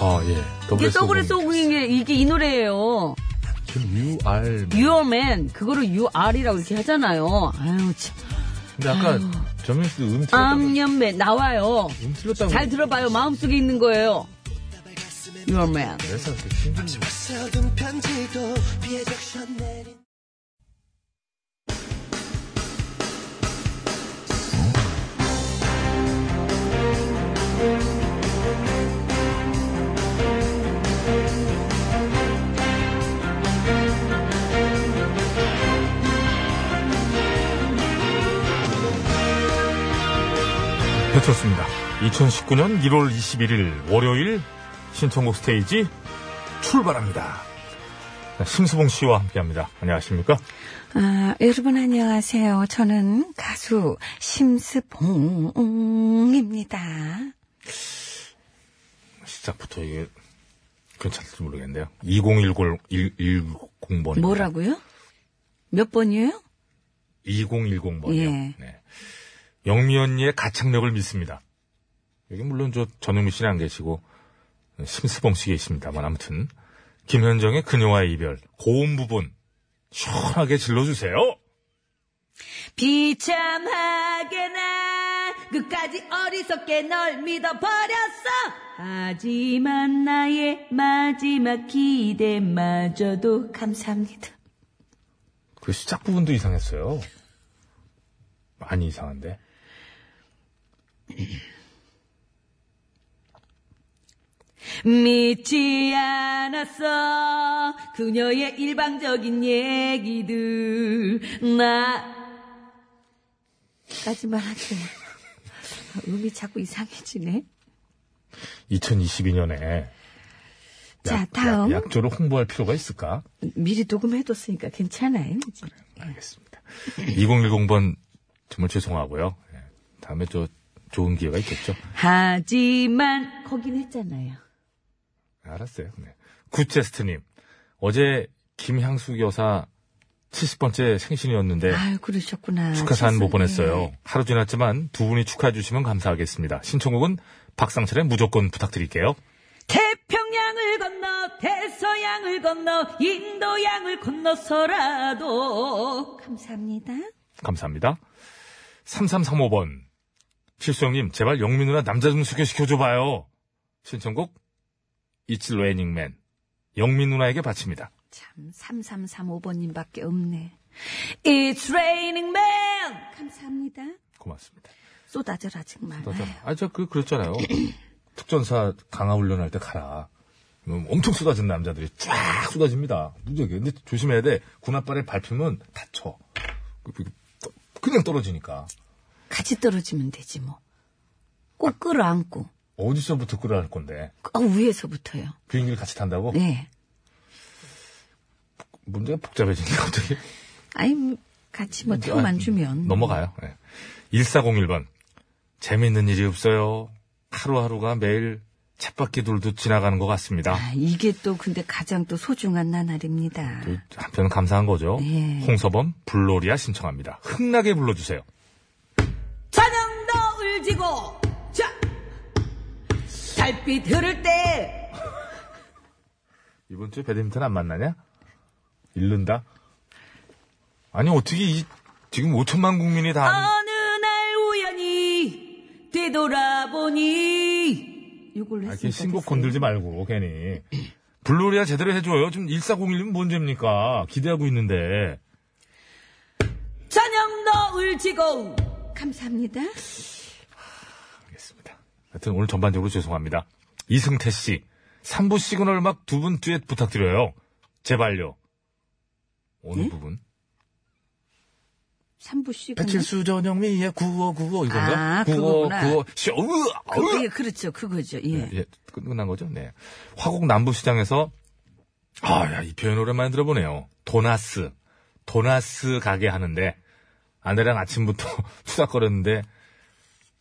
S1: 아, 예.
S2: 이게
S1: WS50.
S2: WS50의 이게 이 노래예요.
S1: 지금 UR.
S2: Your Man 그거를 UR이라고 이렇게 하잖아요. 아유 참.
S1: 근데 아까 정민 씨도 음 틀렸다고.
S2: I'm Your Man 나와요.
S1: 음 틀렸다고.
S2: 잘 들어봐요. 마음속에 있는 거예요. Your Man.
S1: 그래서 이렇게 신경 쓰- 배쳤습니다. 2019년 1월 21일 월요일 신청곡 스테이지 출발합니다. 심수봉 씨와 함께합니다. 안녕하십니까?
S6: 아, 여러분 안녕하세요. 저는 가수 심스봉입니다.
S1: 시작부터 이게 괜찮을지 모르겠는데요. 2010번.
S2: 뭐라고요? 몇 번이에요?
S1: 2010번이요.
S6: 예.
S1: 네. 영미 언니의 가창력을 믿습니다. 여기 물론 저 전영미 씨는 안 계시고 심수봉 씨 계십니다만 아무튼 김현정의 그녀와의 이별 고음 부분 시원하게 질러주세요.
S2: 비참하게 난 끝까지 어리석게 널 믿어버렸어 하지만 나의 마지막 기대마저도 감사합니다
S1: 그 시작 부분도 이상했어요. 많이 이상한데.
S2: 믿지 않았어 그녀의 일방적인 얘기들 나 까지만 할게 음이 자꾸 이상해지네
S1: 2022년에
S2: 자 다음
S1: 약조를 홍보할 필요가 있을까?
S2: 미리 녹음해뒀으니까 괜찮아요 이제.
S1: 알겠습니다. 2010번 정말 죄송하고요. 예, 다음에 저 좋은 기회가 있겠죠.
S2: 하지만 거긴 했잖아요
S1: 알았어요. 네. 구체스트님 어제 김향숙 여사 70번째 생신이었는데
S2: 아유 그러셨구나
S1: 예. 축하 사연
S2: 죄송해요.
S1: 못뭐 보냈어요. 하루 지났지만 두 분이 축하해 주시면 감사하겠습니다. 신청곡은 박상철의 무조건 부탁드릴게요.
S2: 태평양을 건너 대서양을 건너 인도양을 건너서라도 감사합니다.
S1: 감사합니다. 3335번. 실수형님, 제발 영민 누나 남자 좀 소개시켜줘봐요. 신청곡, It's Raining Man. 영민 누나에게 바칩니다.
S2: 참 3335번님밖에 없네. It's raining man. 감사합니다.
S1: 고맙습니다.
S2: 쏟아져라 정말.
S1: 아, 저, 그, 그랬잖아요. 특전사 강화훈련 할 때 가라. 음, 엄청 쏟아진 남자들이 쫙 쏟아집니다. 무지하게. 근데 조심해야 돼. 군홧발에 밟히면 다쳐. 그- 그- 그- 그냥 떨어지니까.
S2: 같이 떨어지면 되지 뭐. 꼭 끌어안고.
S1: 어디서부터 끌어갈 건데.
S2: 어, 위에서부터요.
S1: 비행기를 같이 탄다고?
S2: 네.
S1: 문제가 복잡해지네, [laughs] 갑자기.
S2: 아니 같이 뭐
S1: 아,
S2: 틈만 주면
S1: 넘어가요. 예. 1401번. 재밌는 일이 없어요. 하루하루가 매일 챗바퀴 돌듯 지나가는 것 같습니다.
S2: 아, 이게 또 근데 가장 또 소중한 나날입니다.
S1: 또 한편 감사한 거죠.
S2: 예.
S1: 홍서범 블로리아 신청합니다. 흥나게 불러주세요.
S2: 저녁도 울지고 자 달빛 흐를 때
S1: 이번 주에 배드민턴 안 만나냐? 잃는다. 아니 어떻게 이 지금 5천만 국민이 다 아는
S2: 어느 날 우연히 되돌아보니 이걸로
S1: 아,
S2: 했으니까
S1: 이렇게 신곡
S2: 됐어요.
S1: 건들지 말고 괜히 블로리아 제대로 해줘요. 지금 1401은 뭔 죄입니까? 기대하고 있는데
S2: 저녁도 울지고 감사합니다.
S1: 알겠습니다. 하여튼 오늘 전반적으로 죄송합니다. 이승태 씨, 3부 시그널 음악 두 분 듀엣 부탁드려요. 제발요. 어느
S2: 예?
S1: 부분?
S2: 3부 씨가
S1: 배칠수 전영미의 9595 이건가?
S2: 음. 아, 그거구나.
S1: 쇼, 으, 으.
S2: 예, 그렇죠. 그거죠. 예.
S1: 예, 끝- 끝난 거죠? 네. 화곡 남부시장에서, 아, 야, 이 표현 오랜만에 들어보네요. 도나스. 도나스 가게 하는데, 아내랑 아침부터 [laughs] 투닥거렸는데,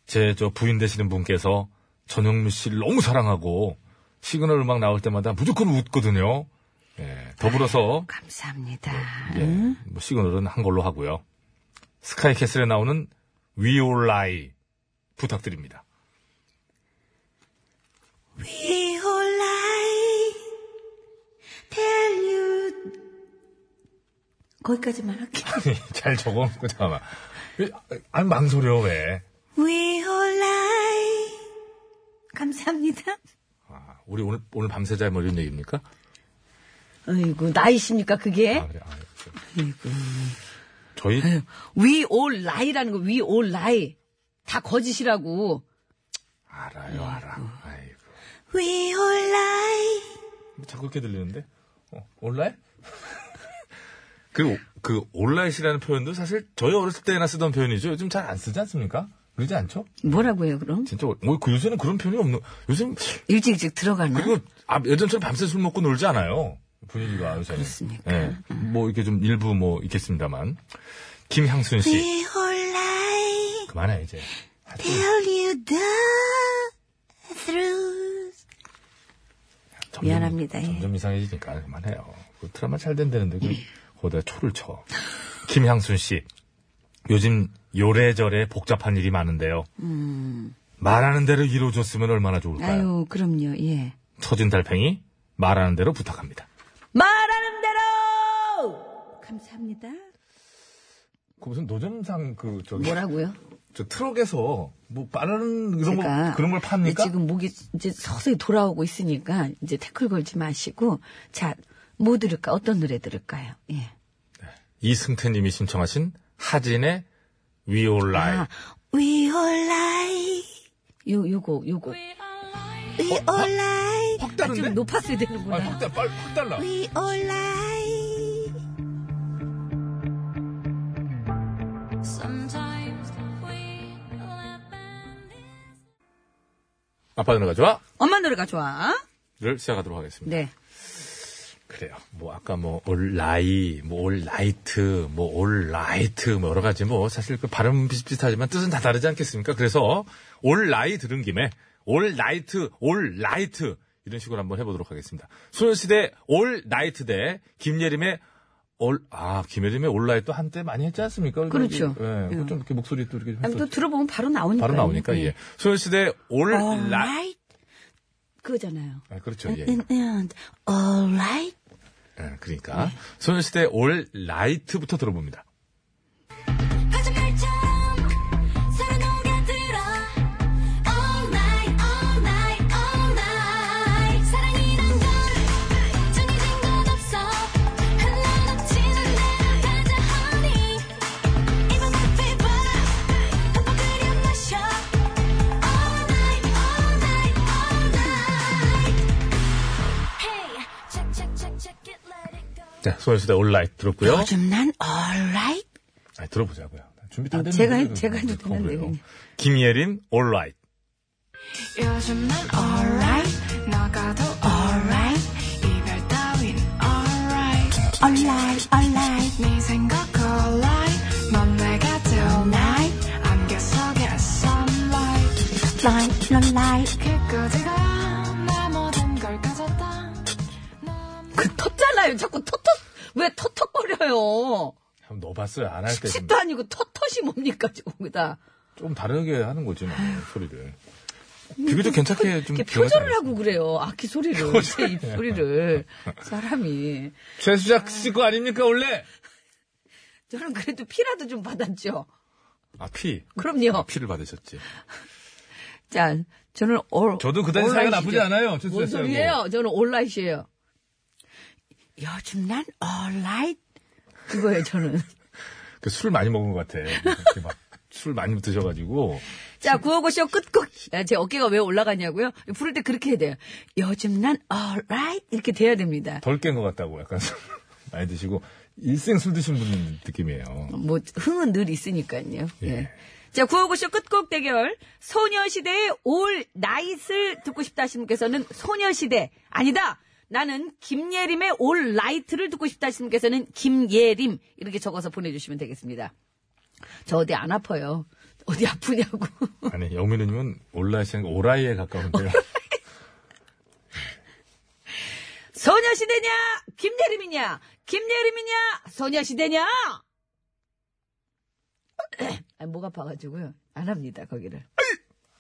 S1: 제 저 부인 되시는 분께서 전영미 씨를 너무 사랑하고, 시그널 음악 나올 때마다 무조건 웃거든요. 예, 더불어서,
S2: 감사합니다.
S1: 예, 뭐 시그널은 한 걸로 하고요. 스카이캐슬에 나오는 위올라이 부탁드립니다. [laughs]
S2: We all lie, tell you. 거기까지만 할게.
S1: 아니, 잘 적어놓고 잠깐만. 왜, 아니 망설여 왜?
S2: We all lie. 감사합니다.
S1: 아, 우리 오늘 오늘 밤새자 뭐 이런 얘기입니까?
S7: 아이고, 나이십니까, 그게?
S1: 아, 그래. 아, 그래. 저희
S7: We all lie라는 거, we all lie. 다 거짓이라고.
S1: 알아요, 알아. 아이고. 뭐
S2: We all lie.
S1: 자꾸 이렇게 들리는데? 어, 온라인? [laughs] 그, 그, 온라인이라는 표현도 사실 저희 어렸을 때나 쓰던 표현이죠. 요즘 잘 안 쓰지 않습니까? 그러지 않죠?
S7: 뭐라고 해요, 그럼?
S1: 진짜, 어, 그 요새는 그런 표현이 없는, 요즘,
S7: 일찍 일찍 들어가나?
S1: 그거, 아, 예전처럼 밤새 술 먹고 놀지 않아요. 분위기가 요새는.
S7: 그렇습니까?
S1: 예. 뭐, 이렇게 좀 일부 뭐, 있겠습니다만. 김향순 씨.
S2: We all lie.
S1: 그만해 이제.
S2: Tell you the truth.
S1: 점점-
S2: 미안합니다, 예.
S1: 점점 이상해지니까 그만해요. 그 드라마 잘 된다는데 그 거기다 초를 쳐. 김향순 씨. 요즘 요래저래 복잡한 일이 많은데요. 말하는 대로 이루어졌으면 얼마나
S2: 음.
S1: 좋을까요?
S2: 아유, 그럼요, 예.
S1: 처진 달팽이 말하는 대로 부탁합니다.
S2: 말하는 대로! 감사합니다.
S1: 그 무슨 노점상 그 저기
S7: 뭐라고요?
S1: 저 트럭에서 뭐 말하는 이런
S7: 제가
S1: 거 그런 걸 팝니까?
S7: 지금 그러니까 목이 이제 서서히 돌아오고 있으니까 이제 태클 걸지 마시고 자 뭐 들을까 어떤 노래 들을까요? 예.
S1: 이승태님이 신청하신 하진의 위올라이.
S7: 아,
S2: We all lie.
S7: 요 요거 요거
S1: 어,
S2: We all lie. 좀
S3: 다른데?
S2: 높았어야
S3: 아,
S2: 되는구나.
S3: 확, 달- 빨- 확 달라.
S6: We all lie.
S7: Sometimes we live and
S1: 아빠 노래가 좋아?
S6: 엄마 노래가 좋아.
S1: 를 시작하도록 하겠습니다.
S6: 네.
S1: 그래요. 뭐 아까 뭐 올라이, 뭐 올라이트, 뭐 올라이트 뭐 여러 가지 뭐 사실 그 발음 비슷비슷하지만 뜻은 다 다르지 않겠습니까? 그래서 올라이 들은 김에 올라이트, 올라이트 이런 식으로 한번 해보도록 하겠습니다. 소녀시대 올나이트 대 김예림의 올, 아, 김예림의 올라이트 한때 많이 했지 않습니까?
S2: 그렇죠.
S1: 예, 좀 이렇게 목소리 또 이렇게 좀
S6: 아니,
S1: 했었
S6: 또 들어보면 바로 나오니까.
S1: 바로 나오니까,
S2: 네.
S1: 예. 소녀시대
S2: 어,
S6: All
S1: 올라이,
S6: right. 그거잖아요.
S1: 아, 그렇죠.
S2: 네.
S1: 예.
S6: And, and, all right.
S1: 예, 그러니까 소녀시대 올 라이트부터 들어봅니다.
S7: 거짓말처럼 서로 녹아들어 All night, all night, all night 사랑이란 건 정해진 건 없어 하나 넘치는 대로 가자 honey 이번 커피 봐 한번 그려 마셔 All night, all night, all night Hey, check, check, check, check it, let it go
S1: 네, 소녀시대 올 라이트 들었고요.
S6: 요즘 난 all right.
S1: 아니, 들어보자고요. 준비 다
S6: 아,
S1: 됐는데.
S6: 제가 해- 제가 해도
S1: 그건
S6: 되는데,
S1: 그래요.
S6: 그냥.
S1: 김예림 올 라이트.
S7: 요즘 난 alright 나가도 alright 이별 따윈 alright alright alright 네 생각 alright 넌 내가 till night 안개 속에 sunlight light no light 그까지가 나 모든 걸 가졌다
S2: 그 텄잖아요. 자꾸 텄텄. 왜 텄텄거려요?
S1: 한번 넣어봤어요. 안 할 때 좀
S2: 수치도 아니고 텄텄이 뭡니까, 지금 거기다.
S1: 다르게 하는 거지, 뭐, 소리를. 비교적 괜찮게 좀.
S2: 이렇게
S1: 기억하지
S2: 표절을
S1: 않았어요?
S2: 하고 그래요. 아키 소리를. 제
S1: 표절.
S2: 입소리를. 사람이.
S1: 최수작 씨 거 아닙니까, 원래?
S2: 저는 그래도 피라도 좀 받았죠.
S1: 아, 피.
S2: 그럼요.
S1: 피를 받으셨지.
S2: 자, 저는 올.
S1: 저도 그다지 사이가
S2: 올라이시죠.
S1: 나쁘지 않아요.
S2: 뭔
S1: 최수작 씨하고.
S2: 소리예요? 저는 온라인이에요. 요즘 난 온라인 이거예요 저는. [laughs]
S1: 그술 많이 먹은 것 같아. 이렇게 막 술 많이 드셔가지고.
S2: 자 구호고쇼 끝곡. 아, 제 어깨가 왜 올라가냐고요? 부를 때 그렇게 해야 돼요. 요즘 난 온라인 이렇게 돼야 됩니다.
S1: 덜 깬 것 같다고 약간 술 많이 드시고. 일생 술 드신 분 느낌이에요.
S2: 뭐 흥은 늘 있으니까요.
S1: 예.
S2: 예. 자 구호고쇼 끝곡 대결 소녀시대의 올 나잇을 듣고 싶다 하신 분께서는 소녀시대 아니다. 나는 김예림의 올 라이트를 듣고 싶다 하신 분께서는 김예림 이렇게 적어서 보내주시면 되겠습니다. 저 어디 안 아파요. 어디 아프냐고. [laughs]
S1: 아니, 영민우님은 올라이시는 거 오라이에 가까운데요.
S2: 소녀시대냐 김예림이냐 김예림이냐 소녀시대냐. [clears throat] 아, 목 아파가지고요. 안 합니다 거기를.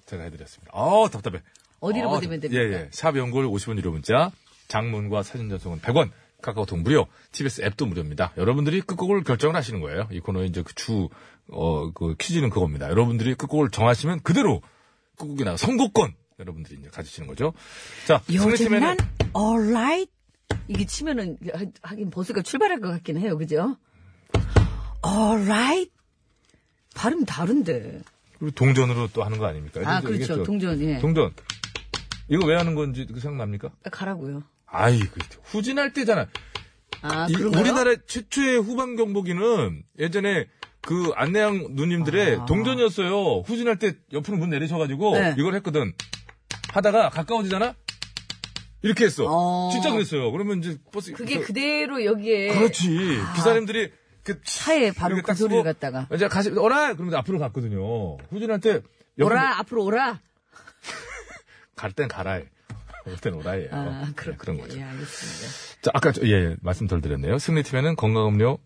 S1: 제가 해드렸습니다. 아 답답해.
S2: 어디로
S1: 아,
S2: 보내면
S1: 답-
S2: 됩니까?
S1: 예, 예. 샵 연골 50원 유료 문자, 장문과 사진 전송은 100원, 카카오톡 무료, TBS 앱도 무료입니다. 여러분들이 끝곡을 결정을 하시는 거예요. 이 코너의 이제 그 주, 어, 그 퀴즈는 그겁니다. 여러분들이 끝곡을 정하시면 그대로 끝곡이 나가 선곡권! 여러분들이 이제 가지시는 거죠. 자,
S2: 요즘
S1: 승리팀에는
S2: 난 all right 이게 치면은 하- 하긴 버스가 출발할 것 같긴 해요, 그죠? all right 발음 다른데.
S1: 그리고 동전으로 또 하는 거 아닙니까?
S2: 아,
S1: 이게
S2: 그렇죠.
S1: 또
S2: 동전, 예.
S1: 동전. 이거 왜 하는 건지 그 생각납니까?
S2: 가라고요.
S1: 아이고, 그렇죠. 후진할 때잖아.
S2: 아,
S1: 이
S2: 그런가요?
S1: 우리나라 최초의 후방 경보기는 예전에 그 안내양 누님들의 동전이었어요. 후진할 때 옆으로 문 내리셔가지고
S2: 아. 네.
S1: 이걸 했거든. 하다가 가까워지잖아? 이렇게 했어.
S2: 어.
S1: 진짜 그랬어요. 그러면 이제 버스.
S2: 그게
S1: 저-
S2: 그대로 여기에
S1: 그렇지. 기사님들이 그
S2: 차에 바로
S1: 이렇게
S2: 그
S1: 딱뭐 쓰고
S2: 소리를 갖다가.
S1: 이제 가시, 어라! 그러면서 앞으로 갔거든요. 후진할 때. 옆으로
S2: 오라 앞으로 오라.
S1: 갈땐 가라. 올땐 오라예요.
S2: 아,
S1: 네,
S2: 그렇
S1: 그런 거죠.
S2: 예, 알겠습니다.
S1: 자, 아까 저, 예, 예, 말씀 덜 드렸네요. 승리팀에는 건강음료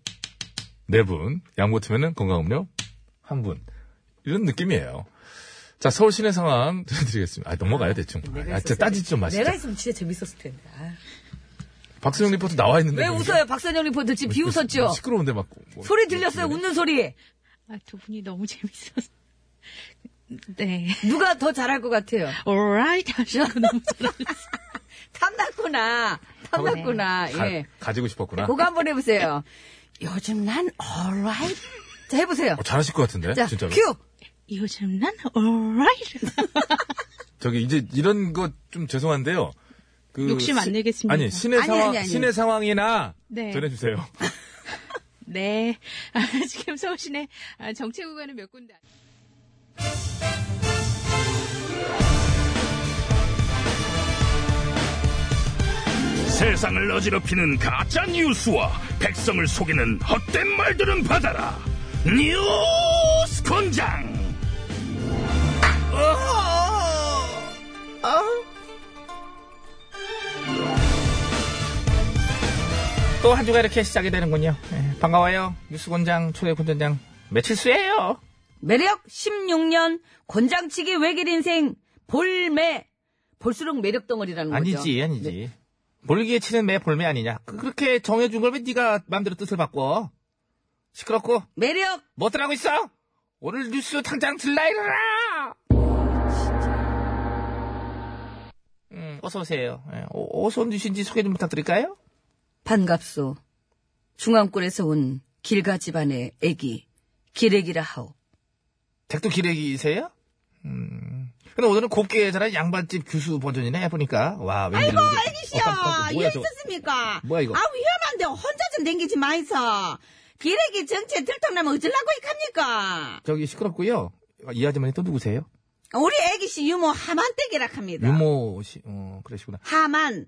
S1: 네 분, 양보팀에는 건강음료 한 분. 이런 느낌이에요. 자, 서울 시내 상황 [laughs] 들려드리겠습니다. 아, 넘어가요, 대충. 아, 진짜
S2: 했었어야
S1: 따지지 좀 마시죠.
S2: 내가 했으면 진짜 재밌었을 텐데. 아.
S1: 박수영 리포터 나와 있는데. 뭐
S2: 왜
S1: 보니까
S2: 웃어요, 박선영 리포터 지금 비웃었죠?
S1: 시끄러운데 막. 뭐,
S2: 소리 들렸어요, 웃는 소리.
S8: 아, 두 분이 너무 재밌어서. 네.
S2: 누가 더 잘할 것 같아요?
S8: alright 하시고 너무 잘하셨어요.
S2: 탐났구나. 탐났구나.
S1: 가,
S2: 예.
S1: 가지고 싶었구나.
S2: 그거 한번 해보세요. 요즘 난 alright. 자, 해보세요.
S1: 어, 잘하실 것 같은데?
S2: 자,
S1: 진짜로.
S2: 큐!
S8: 요즘 난 alright.
S1: 저기 이제 이런 거 좀 죄송한데요.
S9: 그
S8: 욕심 안
S9: 시-
S8: 내겠습니다.
S9: 아니 시내
S10: 아니,
S9: 상황
S10: 아니, 아니.
S9: 시내 상황이나
S8: 네.
S9: 전해주세요.
S8: 네. 아, 지금 서울시내 아, 정체 구간은 몇 군데. 안-
S5: 세상을 어지럽히는 가짜 뉴스와 백성을 속이는 헛된 말들은 받아라. 뉴스 권장.
S1: 또 한 주가 이렇게 시작이 되는군요. 예, 반가워요. 뉴스권장 초대 군전장 며칠 수예요.
S10: 매력 16년 권장치기 외길 인생 볼매 볼수록 매력 덩어리라는 거죠.
S1: 아니지, 아니지. 몰기에 치는 매 볼매 아니냐. 그- 그렇게 정해준 걸 왜 네가 마음대로 뜻을 바꿔. 시끄럽고
S10: 매력
S1: 뭐들 하고 있어? 오늘 뉴스 당장 들라 일어나! 음, 어서 오세요. 예, 어, 어서 온 뉴스인지 소개 좀 부탁드릴까요?
S2: 반갑소. 중앙골에서 온 길가 집안의 애기 기레기라 하오.
S1: 어, 댁도 기레기세요? 음. 근데 오늘은 곱게 자란 양반집 규수 버전이네 보니까 와 왠지 아이고
S10: 시야
S1: 뭐야
S10: 이거
S1: 저
S10: 있었습니까?
S1: 뭐야, 이거?
S10: 아 위험한데 혼자 좀 댕기지 마이소. 기레기 정체 들통나면 어쩌려고 이합니까
S1: 저기 시끄럽고요 이 아주머니 또 누구세요?
S10: 우리 애기씨 유모 하만댁이라 합니다.
S1: 유모 씨, 어 그러시구나
S10: 하만.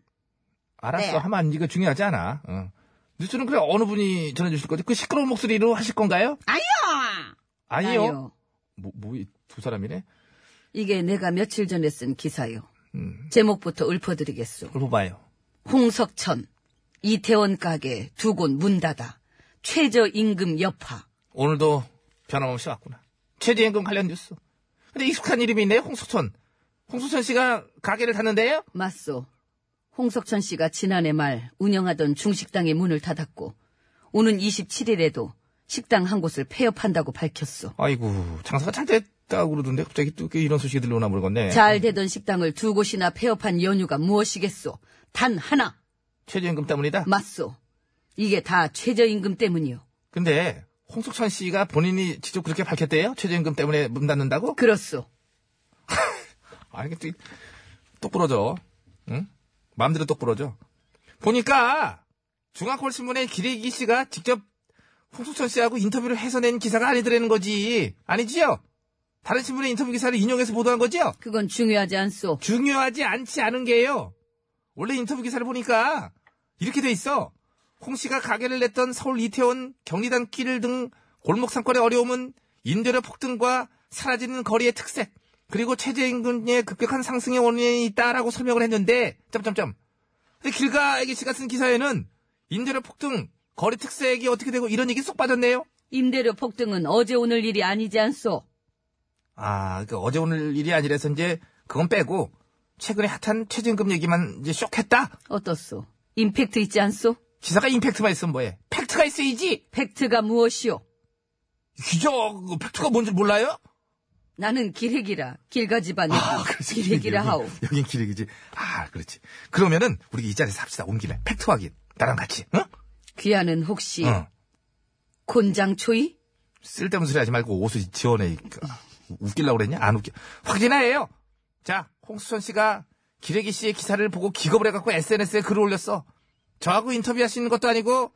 S1: 알았어
S10: 네.
S1: 하면 안 이거 중요하지 않아 어. 뉴스는 그래 어느 분이 전해주실 거죠? 그 시끄러운 목소리로 하실 건가요?
S10: 아니요.
S1: 아니요 뭐뭐두 사람이네
S2: 이게 내가 며칠 전에 쓴 기사요.
S1: 음.
S2: 제목부터 읊어드리겠소.
S1: 그걸 봐요
S2: 홍석천, 이태원 가게 두 곳 문 닫아. 최저임금 여파.
S1: 오늘도 변함없이 왔구나. 최저임금 관련 뉴스. 근데 익숙한 이름이네, 홍수천. 홍수천 씨가 가게를 닫는데요?
S2: 맞소. 홍석천 씨가 지난해 말 운영하던 중식당의 문을 닫았고 오는 27일에도 식당 한 곳을 폐업한다고 밝혔소.
S1: 아이고, 장사가 잘 됐다고 그러던데, 갑자기 또 이런 소식이 들려오나 모르겠네.
S2: 잘 되던 식당을 두 곳이나 폐업한 연유가 무엇이겠소? 단 하나,
S1: 최저임금 때문이다?
S2: 맞소. 이게 다 최저임금 때문이요.
S1: 근데, 홍수천 씨가 본인이 직접 그렇게 밝혔대요? 최저임금 때문에 문 닫는다고?
S2: 그렇소.
S1: 아, 이게 또, 똑부러져. 응? 마음대로 똑부러져. 보니까, 중앙콜신문의 기레기 씨가 직접 홍수천 씨하고 인터뷰를 해서 낸 기사가 아니더라는 거지. 아니지요? 다른 신문의 인터뷰 기사를 인용해서 보도한 거지요?
S2: 그건 중요하지 않소.
S1: 중요하지 않지 않은 게요. 원래 인터뷰 기사를 보니까 이렇게 돼 있어. 홍 씨가 가게를 냈던 서울 이태원 경리단길 등 골목 상권의 어려움은 인도료 폭등과 사라지는 거리의 특색 그리고 최저임금의 급격한 상승의 원인이 있다라고 설명을 했는데 점점점. 근데 길가 애기 씨가 쓴 기사에는 인도료 폭등 거리 특색이 어떻게 되고 이런 얘기 쏙 빠졌네요.
S2: 임대료 폭등은 어제 오늘 일이 아니지 않소.
S1: 아, 그 어제 오늘 일이 아니라서 이제 그건 빼고 최근에 핫한 최저임금 얘기만 이제 쇽 했다.
S2: 어떻소? 임팩트 있지 않소?
S1: 기사가 임팩트만 있으면 뭐해? 팩트가 있어야지.
S2: 팩트가 무엇이오?
S1: 기자 그 팩트가 뭔지 몰라요?
S2: 나는 기레기라. 길가 집안 아, 얘기. 기레기라 하오.
S1: 아, 여긴 기레기지. 아, 그렇지. 그러면은 우리 이 자리에서 합시다. 온 김에 팩트 확인. 나랑 같이. 응?
S2: 귀하는 혹시
S1: 응.
S2: 곤장초이?
S1: 쓸데없는 소리 하지 말고 옷을 지원해. 이거. 웃기려고 그랬냐? 안 웃겨. 확인해요. 자, 홍수천 씨가 기레기 씨의 기사를 보고 기겁을 해갖고 SNS에 글을 올렸어. 저하고 인터뷰하시는 것도 아니고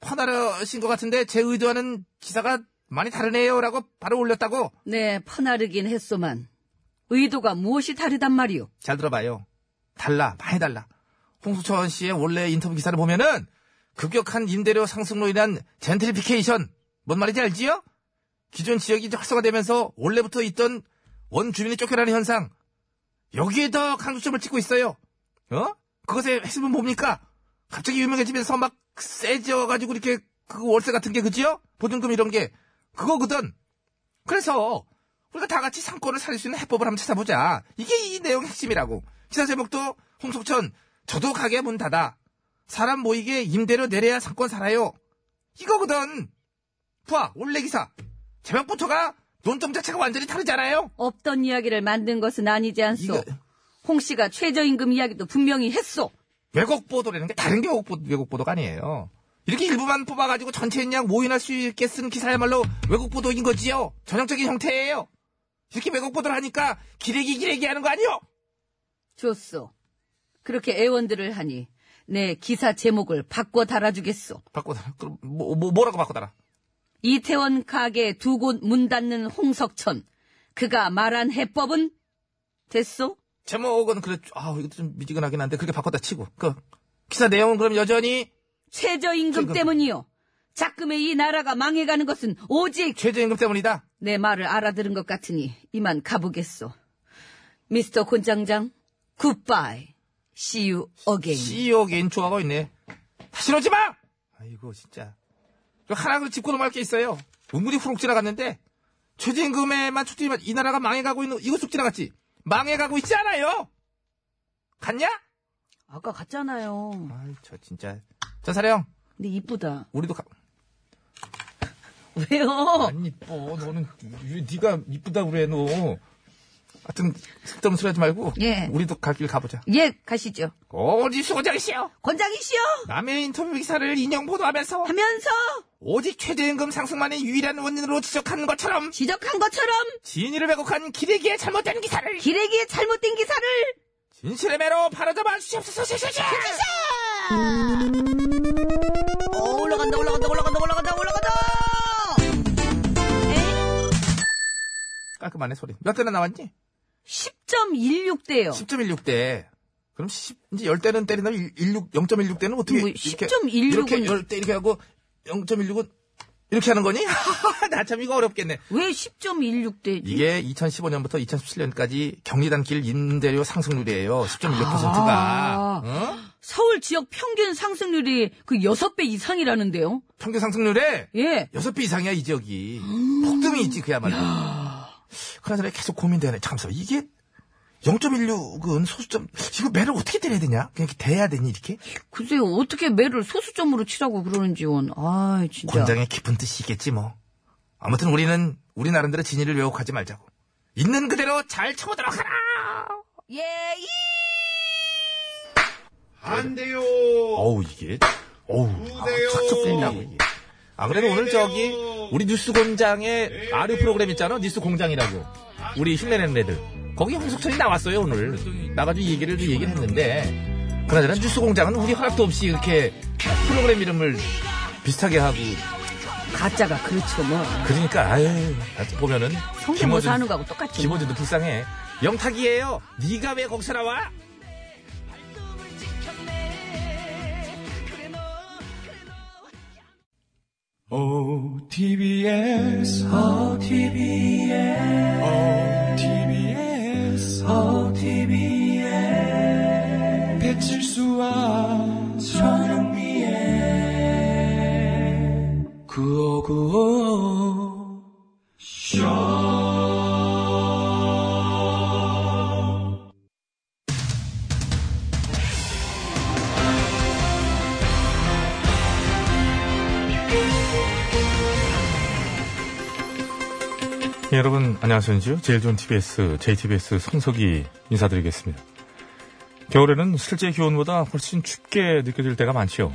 S1: 퍼나르신 것 같은데 제 의도와는 기사가 많이 다르네요. 라고 바로 올렸다고.
S2: 네, 퍼나르긴 했소만. 의도가 무엇이 다르단 말이오?
S1: 잘 들어봐요. 달라, 많이 달라. 홍수천 씨의 원래 인터뷰 기사를 보면은 급격한 임대료 상승으로 인한 젠트리피케이션. 뭔 말인지 알지요? 기존 지역이 이제 활성화되면서 원래부터 있던 원주민이 쫓겨나는 현상. 여기에 더 강조점을 찍고 있어요. 어? 그것의 핵심은 뭡니까? 갑자기 유명해지면서 막 세져가지고 이렇게 그 월세 같은 게 그지요? 보증금 이런 게. 그거거든. 그래서 우리가 다 같이 상권을 살릴 수 있는 해법을 한번 찾아보자. 이게 이 내용의 핵심이라고. 기사 제목도 홍석천 저도 가게 문 닫아. 사람 모이게 임대료 내려야 상권 살아요. 이거거든. 부하 원래 기사 제목부터가 논점 자체가 완전히 다르잖아요.
S2: 없던 이야기를 만든 것은 아니지 않소.
S1: 이거-
S2: 홍 씨가 최저임금 이야기도 분명히 했소.
S1: 왜곡 보도라는 게 다른 게 왜곡 보도- 왜곡 보도가 아니에요. 이렇게 일부만 뽑아가지고 전체인 양 모인할 수 있게 쓴 기사야말로 왜곡 보도인 거지요. 전형적인 형태예요. 이렇게 왜곡 보도를 하니까 기레기 기레기 하는 거 아니요?
S2: 좋소. 그렇게 애원들을 하니 내 기사 제목을 바꿔 달아주겠소.
S1: 바꿔달라. 그럼 뭐, 뭐 뭐라고 바꿔달라.
S2: 이태원 가게 두 곳 문 닫는 홍석천. 그가 말한 해법은 됐소?
S1: 제목은 그래 아 이것도 좀 미지근하긴 한데 그렇게 바꿨다 치고 그 기사 내용은 그럼 여전히
S2: 최저임금
S1: 지금-
S2: 때문이요. 작금에 이 나라가 망해가는 것은 오직
S1: 최저임금 때문이다.
S2: 내 말을 알아들은 것 같으니 이만 가보겠소. 미스터 곤장장, 굿바이. See you again.
S1: CEO E 개인초하고 있네. 다시 오지 마. 아이고 진짜. 그 하나 그 짚고 넘어갈 게 있어요. 우물이 후룩 지나갔는데 최저임금에만 초점이만 이 나라가 망해가고 있는 이거 쑥 지나갔지. 망해가고 있지 않아요. 갔냐?
S11: 아까 갔잖아요.
S1: 아이 저 진짜 전사령
S11: 근데 이쁘다.
S1: 우리도 가.
S11: 왜요?
S1: 안 이뻐. 너는 왜 네가 이쁘다 그래 너. 하여튼 쓸데없는 소리 하지 말고
S2: 예.
S1: 우리도 갈 길 가보자.
S2: 예, 가시죠.
S1: 오직 소장이시여
S2: 권장이시여!
S1: 남의 인터뷰 기사를 인용 보도하면서
S2: 하면서
S1: 오직 최저임금 상승만의 유일한 원인으로 지적하는 것처럼
S2: 지적한 것처럼
S1: 진위를 왜곡한 기레기의 잘못된 기사를
S2: 기레기의 잘못된 기사를
S1: 진실의 매로 바로잡아 주시옵소서 주시옵소서
S2: 어, 올라간다, 올라간다, 올라간다, 올라간다, 올라간다!
S1: 깔끔하네 소리 몇 대나 나왔니?
S2: 10.16대요.
S1: 10.16대 그럼 10, 이제 10대는 때린다면 16, 0.16대는 어떻게
S2: 뭐,
S1: 이렇게
S2: 10.16 은-
S1: 이렇게 10대 이렇게 하고 0.16은 이렇게 하는 거니? [laughs] 나 참 이거 어렵겠네
S2: 왜 10.16대지?
S1: 이게 2015년부터 2017년까지 경리단길 임대료 상승률이에요
S2: 아.
S1: 10.16%가 어?
S2: 서울 지역 평균 상승률이 그 6배 이상이라는데요?
S1: 평균 상승률에
S2: 예.
S1: 여섯 배 이상이야 이 지역이 폭등이 있지 그야말로 그나저나 계속 고민되네 참서 이게 0.16은 소수점 이거 매를 어떻게 때려야 되냐 그냥 이렇게 대야 되니 이렇게
S11: 글쎄요, 어떻게 매를 소수점으로 치라고 그러는지, 원. 아, 진짜.
S1: 권장의 깊은 뜻이 있겠지 뭐 아무튼 우리는 우리 나름대로 진위를 왜곡하지 말자고 있는 그대로 잘 쳐보도록 하라
S2: 예, 이!
S3: 안 돼요.
S1: 어우 이게 어우 아,
S3: 우대요.
S1: 착착 끌린다고 이게 아 그래도 오늘 저기 우리 뉴스 공장의 아류 프로그램 있잖아 뉴스 공장이라고 우리 힘내는 애들 거기 홍석천이 나왔어요 오늘 나가지고 얘기를 좀 얘기를 했는데 그나저나 뉴스 공장은 우리 허락도 없이 이렇게 프로그램 이름을 비슷하게 하고
S11: 가짜가, 그렇죠, 뭐.
S1: 그러니까 아유 나도 보면은
S11: 성대모사 하는 거하고 똑같죠.
S1: 김호준도 불쌍해 영탁이에요 네가 왜 거기서 나와
S3: OTBS, OTBS, OTBS, OTBS. 배칠수와 전영미의 구호구호.
S12: 예, 여러분 안녕하십니까? 제일 좋은 TBS, JTBS 성석이 인사드리겠습니다. 겨울에는 실제 기온보다 훨씬 춥게 느껴질 때가 많지요.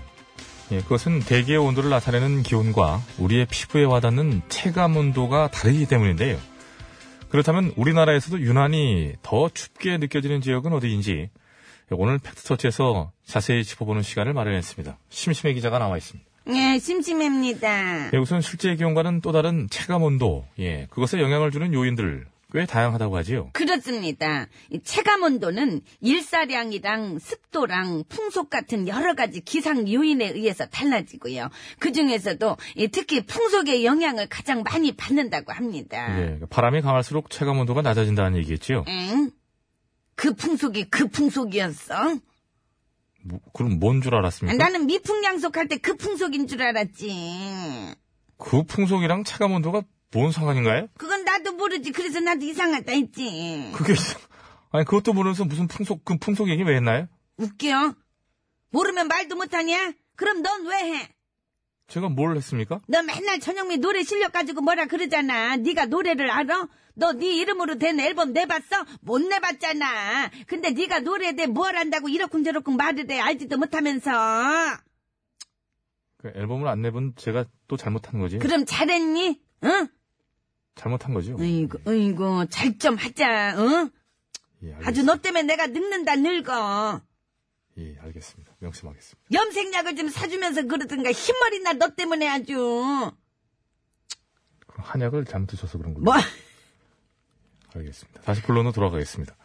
S12: 예, 그것은 대기의 온도를 나타내는 기온과 우리의 피부에 와닿는 체감 온도가 다르기 때문인데요. 그렇다면 우리나라에서도 유난히 더 춥게 느껴지는 지역은 어디인지 오늘 팩트터치에서 자세히 짚어보는 시간을 마련했습니다. 심심해 기자가 나와 있습니다.
S2: 예, 심심합니다.
S12: 예, 우선 실제 기온과는 또 다른 체감 온도, 예, 그것에 영향을 주는 요인들 꽤 다양하다고 하지요.
S2: 그렇습니다. 이 체감 온도는 일사량이랑 습도랑 풍속 같은 여러 가지 기상 요인에 의해서 달라지고요. 그 중에서도 이 특히 풍속의 영향을 가장 많이 받는다고 합니다.
S12: 예, 바람이 강할수록 체감 온도가 낮아진다는 얘기겠지요.
S2: 응? 그 풍속이 그 풍속이었어? 아,
S12: 뭐, 그럼 뭔 줄 알았습니까?
S2: 나는 미풍양속할 때 그 풍속인 줄 알았지.
S12: 그 풍속이랑 체감 온도가 뭔 상관인가요?
S2: 그건 나도 모르지. 그래서 나도 이상하다 했지.
S12: 그게 이상- [laughs] 아니 그것도 모르면서 무슨 풍속 그 풍속 얘기 왜 했나요?
S2: 웃겨? 모르면 말도 못하냐? 그럼 넌 왜 해?
S12: 제가 뭘 했습니까?
S2: 너 맨날 전영미 노래 실력 가지고 뭐라 그러잖아. 네가 노래를 알아? 너 네 이름으로 된 앨범 내봤어? 못 내봤잖아. 근데 네가 노래에 대해 뭘 안다고 이러쿵저러쿵 말을 해 알지도 못하면서.
S12: 그 앨범을 안 내본 제가 또 잘못한 거지.
S2: 그럼 잘했니? 응?
S12: 잘못한 거죠.
S2: 네, 어이구, 어이구, 잘 좀 하자, 응?
S12: 예, 알겠습니다.
S2: 아주 너 때문에 내가 늙는다, 늙어.
S1: 예, 알겠습니다. 명심하겠습니다.
S2: 염색약을 좀 사주면서 그러든가 흰머리나 너 때문에 아주
S1: 그럼 한약을 잘못 드셔서 그런 걸로.
S2: 뭐
S1: 알겠습니다. 다시 본론으로 돌아가겠습니다.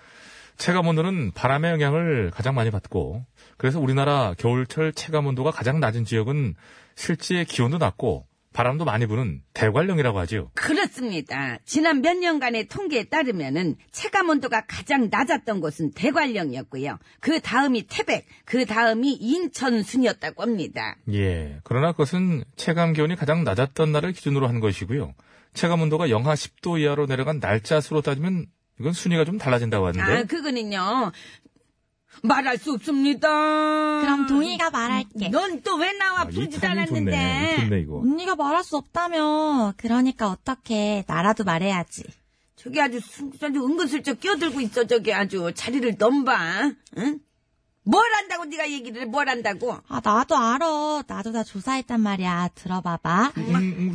S1: 체감 온도는 바람의 영향을 가장 많이 받고 그래서 우리나라 겨울철 체감 온도가 가장 낮은 지역은 실제 기온도 낮고 바람도 많이 부는 대관령이라고 하지요.
S2: 그렇습니다. 지난 몇 년간의 통계에 따르면은 체감 온도가 가장 낮았던 곳은 대관령이었고요. 그 다음이 태백, 그 다음이 인천 순이었다고 합니다.
S1: 예. 그러나 그것은 체감 기온이 가장 낮았던 날을 기준으로 한 것이고요. 체감 온도가 영하 10도 이하로 내려간 날짜 수로 따지면 이건 순위가 좀 달라진다고 하는데.
S2: 아, 그거는요. 말할 수 없습니다.
S7: 그럼 동희가 말할게.
S2: 넌 또 왜 나와 부르지도
S1: 아, 이 좋네.
S2: 않았는데.
S1: 좋네 이거.
S7: 언니가 말할 수 없다며. 그러니까 어떻게 나라도 말해야지.
S2: 저기 아주 순- 아주 은근슬쩍 끼어들고 있어 저기 아주 자리를 넘봐. 응? 뭘 한다고 네가 얘기를 해? 뭘 한다고?
S7: 아 나도 알아. 나도 다 조사했단 말이야. 들어봐봐.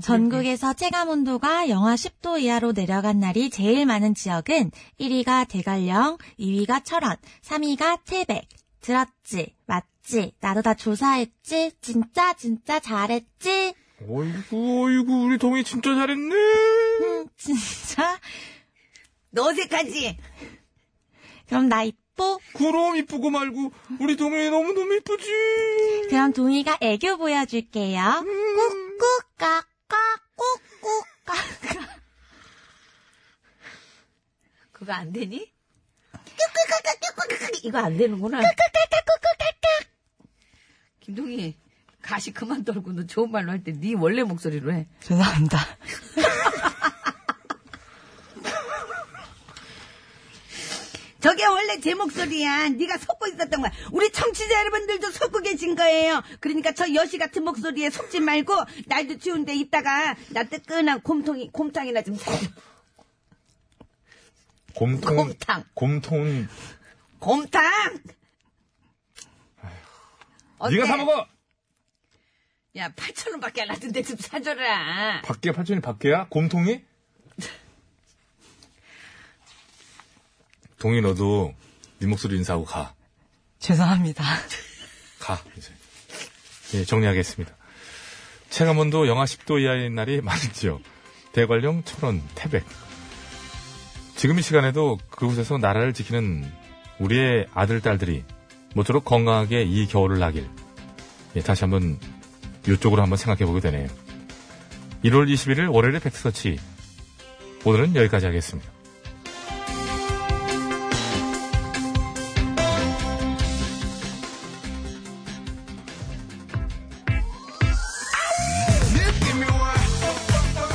S7: 전국에서 체감 온도가 영하 10도 이하로 내려간 날이 제일 많은 지역은 1위가 대관령, 2위가 철원, 3위가 태백. 들었지? 맞지? 나도 다 조사했지? 진짜 진짜 잘했지? [laughs]
S1: 어이구 어이구 우리 동이 진짜 잘했네.
S7: 음, 진짜?
S2: 너 어색하지?
S7: 그럼 나 이뻐?
S1: 그럼 이쁘고 말고 우리 동이 너무 너무 이쁘지.
S7: 그럼 동희가 애교 보여줄게요. 꾹꾹 깎아 꾹꾹 깎아
S13: 그거 안 되니? 이거 안 되는구나. 김동희, 가시 그만 떨고 너 좋은 말로 할 때 네 원래 목소리로 해.
S7: 죄송합니다.
S2: [laughs] 저게 원래 제 목소리야. 네가 속고 있었던 거야. 우리 청취자 여러분들도 속고 계신 거예요. 그러니까 저 여시 같은 목소리에 속지 말고 날도 추운데 이따가 나 뜨끈한 곰통이 곰탕이나 좀 사.
S1: 곰통
S2: 곰탕.
S1: 곰통
S2: 곰탕.
S1: 네가
S2: 어때?
S1: 사 먹어.
S2: 야, 8천 원밖에 안 하던데 좀 사줘라.
S1: 밖에 팔촌이 밖에야? 곰통이? [laughs] 동이 너도 네 목소리 인사하고 가.
S7: 죄송합니다.
S1: [laughs] 가 이제. 예, 정리하겠습니다. 체감온도 영하 10도 이하인 날이 많았지요. 대관령, 철원, 태백. 지금 이 시간에도 그곳에서 나라를 지키는 우리의 아들, 딸들이 모쪼록 건강하게 이 겨울을 나길. 예, 다시 한번 이쪽으로 한번 생각해보게 되네요. 1월 21일 월요일의 백서치. 오늘은 여기까지 하겠습니다.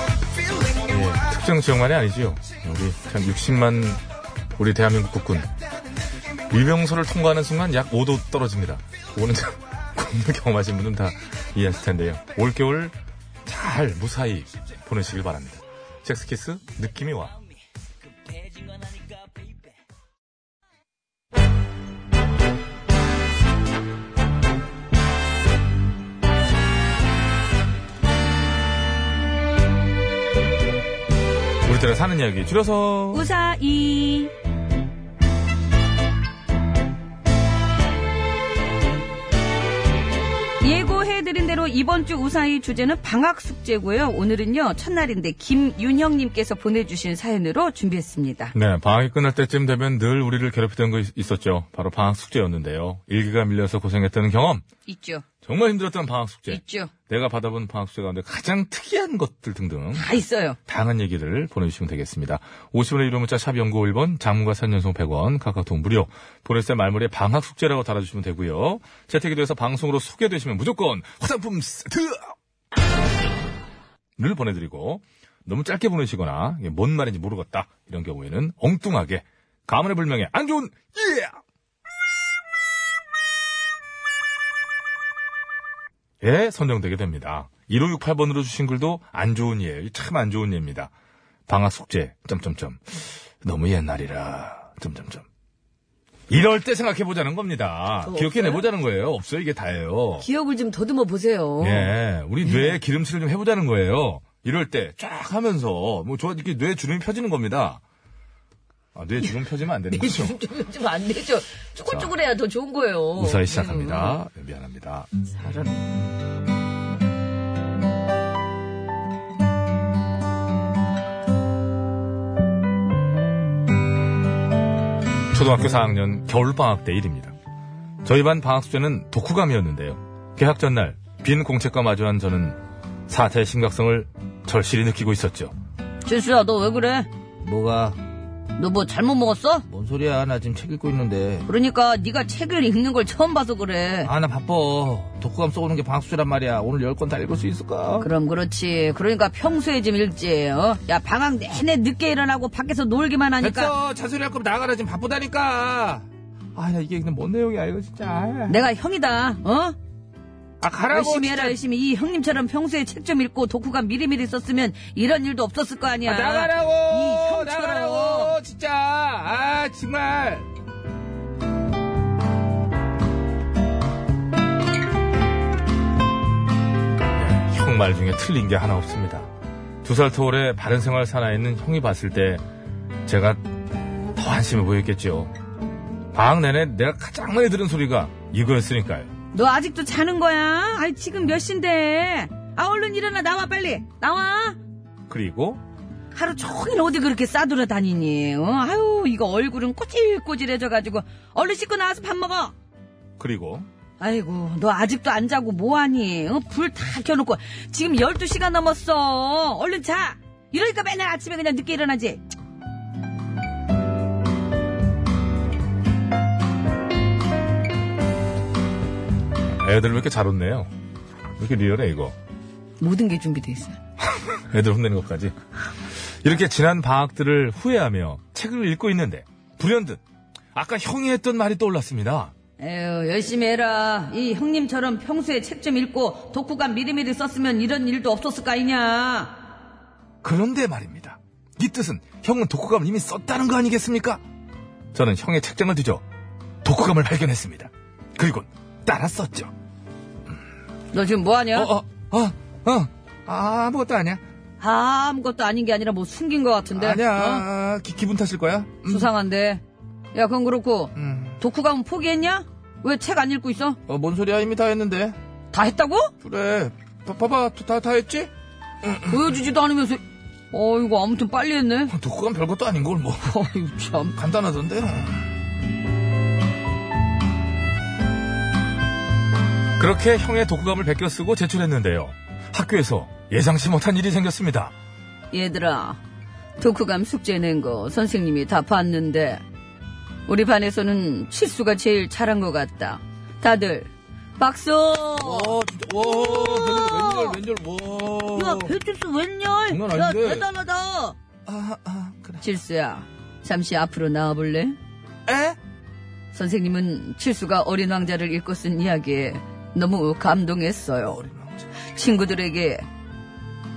S1: 예, 특정 지역만이 아니지요. 우리 참 60만 우리 대한민국 국군 유병소를 통과하는 순간 약 5도 떨어집니다. 그거는 [laughs] 참 군대 경험하신 분은 다 이해하실 텐데요. 올겨울 잘 무사히 보내시길 바랍니다. 잭스키스 느낌이 와. 우리들의 사는 이야기 줄여서
S2: 우사이. 예고해드린 대로 이번 주 우사이 주제는 방학 숙제고요. 오늘은요, 첫날인데 김윤형님께서 보내주신 사연으로 준비했습니다.
S1: 네, 방학이 끝날 때쯤 되면 늘 우리를 괴롭히던 거 있- 있었죠. 바로 방학 숙제였는데요. 일기가 밀려서 고생했던 경험,
S2: 있죠.
S1: 정말 힘들었던 방학 숙제,
S2: 있죠.
S1: 내가 받아본 방학 숙제 가운데 가장 특이한 것들 등등
S2: 다 있어요.
S1: 다양한 얘기를 보내주시면 되겠습니다. 50원의 유료 문자 샵 연구 1번, 장문과 3년송 100원, 카카오톡 무료, 보낼 때 말머리에 방학 숙제라고 달아주시면 되고요. 채택이 돼서 방송으로 소개되시면 무조건 화장품 세트를 보내드리고 너무 짧게 보내시거나 이게 뭔 말인지 모르겠다 이런 경우에는 엉뚱하게 가문의 불명예 안 좋은 예! 에 선정되게 됩니다. 1568번으로 주신 글도 안 좋은 예예요. 참 안 좋은 예입니다. 방학 숙제 점점점 너무 옛날이라 점점점 이럴 때 생각해 보자는 겁니다.
S13: 그거
S1: 기억해 내 보자는 거예요. 없어요 이게 다예요.
S13: 기억을 좀 더듬어 보세요.
S1: 예, 우리 뇌에 기름칠을 좀 해보자는 거예요. 이럴 때 쫙 하면서 뭐 저 이렇게 뇌 주름이 펴지는 겁니다. 아, 뇌 지금 펴지면 안 되는 거죠.
S2: [laughs] 좀안 되죠. 쭈글쭈글해야 더 좋은 거예요.
S3: 어,
S1: 무사히 시작합니다. 네, 미안합니다.
S2: 잘한.
S1: 초등학교 4학년 겨울방학 때 일입니다. 저희 반 방학 숙제는 독후감이었는데요. 개학 전날 빈 공책과 마주한 저는 사태의 심각성을 절실히 느끼고 있었죠.
S2: 진수야, 음. 너 왜 그래?
S3: 뭐가
S2: 너 뭐 잘못 먹었어?
S3: 뭔 소리야 나 지금 책 읽고 있는데
S2: 그러니까 네가 책을 읽는 걸 처음 봐서 그래.
S3: 아 나 바빠 독후감 써오는 게 방학수란 말이야 오늘 열 권 다 읽을 수 있을까
S2: 그럼 그렇지. 그러니까 평소에 좀 읽지. 어? 야 방학 내내 늦게 일어나고 밖에서 놀기만 하니까
S3: 됐어 잔소리 할 거면 나가라 지금 바쁘다니까 아나 이게 근데 뭔 내용이야 이거 진짜 아,
S2: 내가 형이다. 어?
S3: 아 가라고
S2: 열심히
S3: 진짜.
S2: 해라 열심히 이 형님처럼 평소에 책 좀 읽고 독후가 미리미리 썼으면 이런 일도 없었을 거 아니야.
S3: 아, 나가라고
S2: 이 형처럼.
S3: 나가라고 진짜 아 정말
S1: 형 말 중에 틀린 게 하나 없습니다. 두 살 터울에 바른 생활 살아있는 형이 봤을 때 제가 더 한심해 보였겠죠. 방학 내내 내가 가장 많이 들은 소리가 이거였으니까요.
S2: 너 아직도 자는 거야? 아니 지금 몇 시인데? 아 얼른 일어나 나와 빨리 나와.
S1: 그리고
S2: 하루 종일 어디 그렇게 싸돌아 다니니? 어? 아유 이거 얼굴은 꼬질꼬질해져가지고 얼른 씻고 나와서 밥 먹어.
S1: 그리고
S2: 아이고 너 아직도 안 자고 뭐하니? 어, 불 다 켜놓고 지금 12시가 넘었어. 얼른 자. 이러니까 맨날 아침에 그냥 늦게 일어나지.
S1: 애들 왜 이렇게 잘 웃네요. 왜 이렇게 리얼해 이거.
S2: 모든 게 준비돼 있어요.
S1: 애들 혼내는 것까지. 이렇게 지난 방학들을 후회하며 책을 읽고 있는데 불현듯 아까 형이 했던 말이 떠올랐습니다.
S2: 에휴, 열심히 해라. 이 형님처럼 평소에 책 좀 읽고 독후가 미리미리 썼으면 이런 일도 없었을 거 아니냐.
S1: 그런데 말입니다. 이 뜻은 형은 독후감을 이미 썼다는 거 아니겠습니까? 저는 형의 책장을 뒤져 독후감을 발견했습니다. 그리고 따라 썼죠.
S2: 너 지금 뭐하냐?
S1: 어, 어,
S3: 어 어 아무것도 아니야
S2: 아무것도 아닌 게 아니라 뭐 숨긴 것 같은데. 어?
S3: 아니야 기, 기분 탓일 거야
S2: 수상한데. 야, 그건 그렇고
S3: 음.
S2: 독후감은 포기했냐? 왜 책 안 읽고 있어?
S3: 어, 뭔 소리야 이미 다 했는데
S2: 다 했다고?
S3: 그래 봐- 봐봐 다, 다 했지?
S2: 보여주지도 않으면서. 어이구, 아무튼 빨리 했네.
S3: 독후감 별것도 아닌 걸 뭐 [laughs]
S2: 어이구, 참.
S3: 간단하던데
S1: 그렇게 형의 독후감을 베껴 쓰고 제출했는데요. 학교에서 예상치 못한 일이 생겼습니다.
S2: 얘들아, 독후감 숙제 낸 거 선생님이 다 봤는데, 우리 반에서는 칠수가 제일 잘한 것 같다. 다들, 박수!
S3: 와 진짜 와 왼절 왼절 와
S2: 배칠수 웬열?
S3: 장난 아닌데.
S2: 대단하다!
S3: 아, 아, 그래.
S2: 칠수야, 잠시 앞으로 나와볼래?
S3: 에?
S2: 선생님은 칠수가 어린 왕자를 읽고 쓴 이야기에 너무 감동했어요.
S3: 어린 왕자.
S2: 친구들에게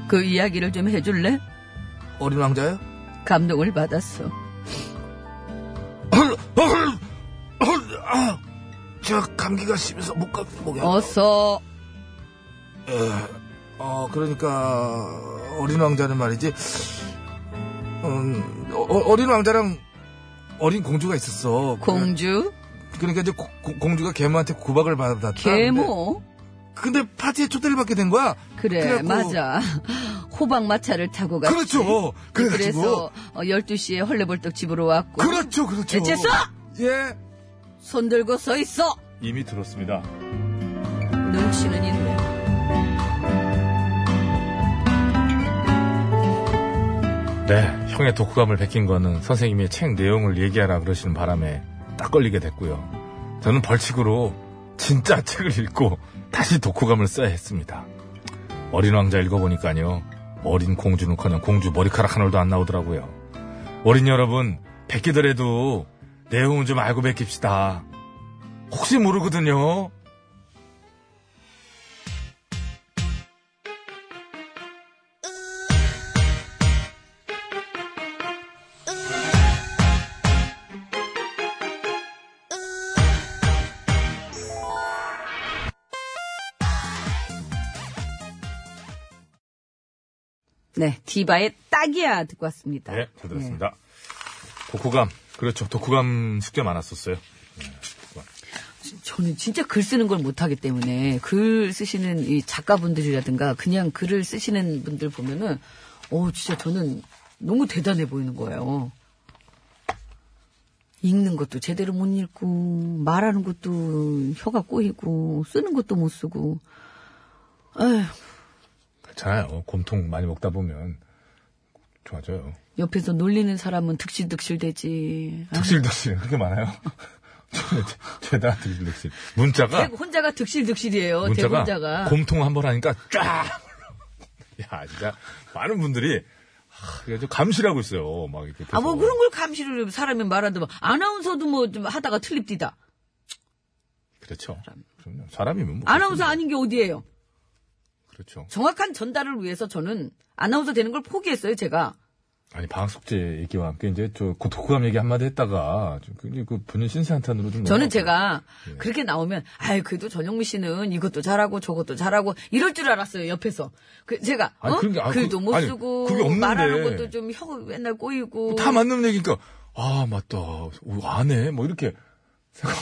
S2: 그 이야기를 좀 해줄래?
S3: 어린 왕자요?
S2: 감동을 받았어.
S3: 헐, 헐, 헐, 아. 저 감기가 심해서 못 가고 목이 아파.
S2: 어서
S3: 어, 그러니까 어린 왕자는 말이지. 음, 어, 어, 린 왕자랑 어린 공주가 있었어.
S2: 공주,
S3: 그러니까 이제 고- 고- 공주가 계모한테 구박을 받았다.
S2: 계모.
S3: 근데, 근데 파티에 초대를 받게 된 거야.
S2: 그래,
S3: 아, 네. 그래갖고-
S2: 맞아. [laughs] 호박마차를 타고 갔지.
S3: 그렇죠.
S2: 네. 그래서
S3: 그래가지고.
S2: 12시에 헐레벌떡 집으로 왔고.
S3: 그렇죠, 그렇죠.
S2: 대체수!
S3: 예.
S2: 손 들고 서 있어!
S1: 이미 들었습니다.
S2: 눈치는 있네.
S1: 네, 형의 독후감을 베낀 거는 선생님이 책 내용을 얘기하라 그러시는 바람에 딱 걸리게 됐고요. 저는 벌칙으로 진짜 책을 읽고 다시 독후감을 써야 했습니다. 어린 왕자 읽어보니까요. 어린 공주는커녕 공주 머리카락 한 올도 안 나오더라고요. 어린 여러분, 베끼더라도 내용은 좀 알고 베낍시다. 혹시 모르거든요.
S2: 네, 디바의 딱이야 듣고 왔습니다.
S1: 네, 잘 들었습니다. 네, 독후감. 그렇죠. 독후감 숙제 많았었어요.
S2: 저는 진짜 글 쓰는 걸 못하기 때문에 글 쓰시는 이 작가분들이라든가 그냥 글을 쓰시는 분들 보면은 어 진짜 저는 너무 대단해 보이는 거예요. 읽는 것도 제대로 못 읽고 말하는 것도 혀가 꼬이고 쓰는 것도 못 쓰고 에휴,
S1: 괜찮아요. 곰통 많이 먹다 보면 좋아져요.
S2: 옆에서 놀리는 사람은 득실득실 되지. 아,
S1: 득실득실 그렇게 많아요. [laughs] 저- 죄다 득실득실. 문자가
S2: 대구 혼자가 득실득실이에요.
S1: 문자가
S2: 대본자가
S1: 아. 곰통 한 번 하니까 쫙. [laughs] 야 진짜 많은 분들이 하, 이거 좀 감시하고 있어요. 막 이렇게.
S2: 아, 뭐
S1: 계속.
S2: 그런 걸 감시를 사람이 말하더만 아나운서도 뭐 좀 하다가 틀립디다.
S1: 그렇죠. 그럼요. 사람이면 뭐.
S2: 아나운서 아닌 게 어디예요?
S1: 그렇죠.
S2: 정확한 전달을 위해서 저는 아나운서 되는 걸 포기했어요, 제가.
S1: 아니 방학 숙제 얘기와 함께 이제 저 고- 독후감 얘기 한마디 했다가 좀 굉장히 그 본인 신세한탄으로 좀.
S2: 저는
S1: 넘어가고.
S2: 제가
S1: 네.
S2: 그렇게 나오면 아유 그래도 전영미 씨는 이것도 잘하고 저것도 잘하고 이럴 줄 알았어요 옆에서 그 제가
S1: 아니,
S2: 어?
S1: 그런 게- 아, 그-
S2: 글도 못
S1: 아니,
S2: 쓰고
S1: 그게 없는데. 뭐
S2: 말하는 것도 좀 혀가 맨날 꼬이고
S1: 어, 다 맞는 얘기니까 아 맞다 오, 안 해. 뭐 이렇게 생각.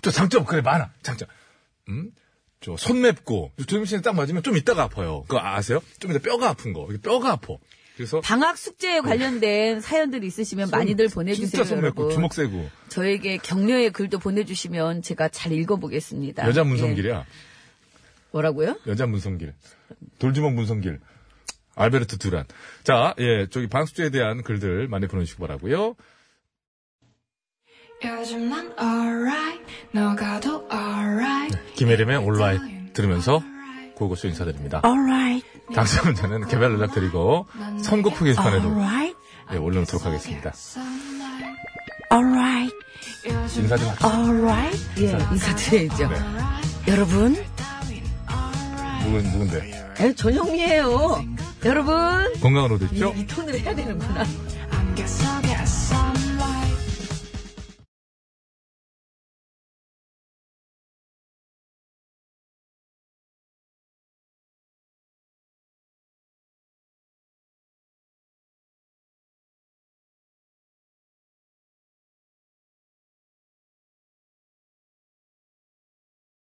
S1: 저 장점 그래 많아 장점. 음? 저 손 맵고 조민 씨는 딱 맞으면 좀 이따가 아파요. 그거 아세요? 좀 이따 뼈가 아픈 거. 이게 뼈가 아파. 그래서
S2: 방학 숙제에 관련된 사연들 이 있으시면 많이들 보내주세요
S1: 진짜 손 맵고
S2: 여러분.
S1: 주먹 세고
S2: 저에게 격려의 글도 보내주시면 제가 잘 읽어보겠습니다
S1: 여자
S2: 예.
S1: 문성길이야.
S2: 뭐라고요?
S1: 여자 문성길. 돌주먹 문성길. 알베르트 두란. 자, 예, 저기 방숙제에 대한 글들 많이 보내주시기 바라고요
S14: 요즘 난 alright 너가 더 alright
S1: 김혜림의 온라인 들으면서 고고쇼 인사드립니다.
S15: Alright,
S1: 당첨자는 개별 연락 드리고 선거표 게시판에도
S15: alright,
S1: 예, 올려놓도록 하겠습니다.
S15: alright,
S1: 인사 좀 합시다.
S15: alright.
S2: 예 인사드려야죠
S1: 네.
S2: 여러분
S1: 누군, 누군데?
S2: 아유, 전영미예요 여러분
S1: 건강으로 되십시오.
S2: 이, 이 톤을 해야 되는구나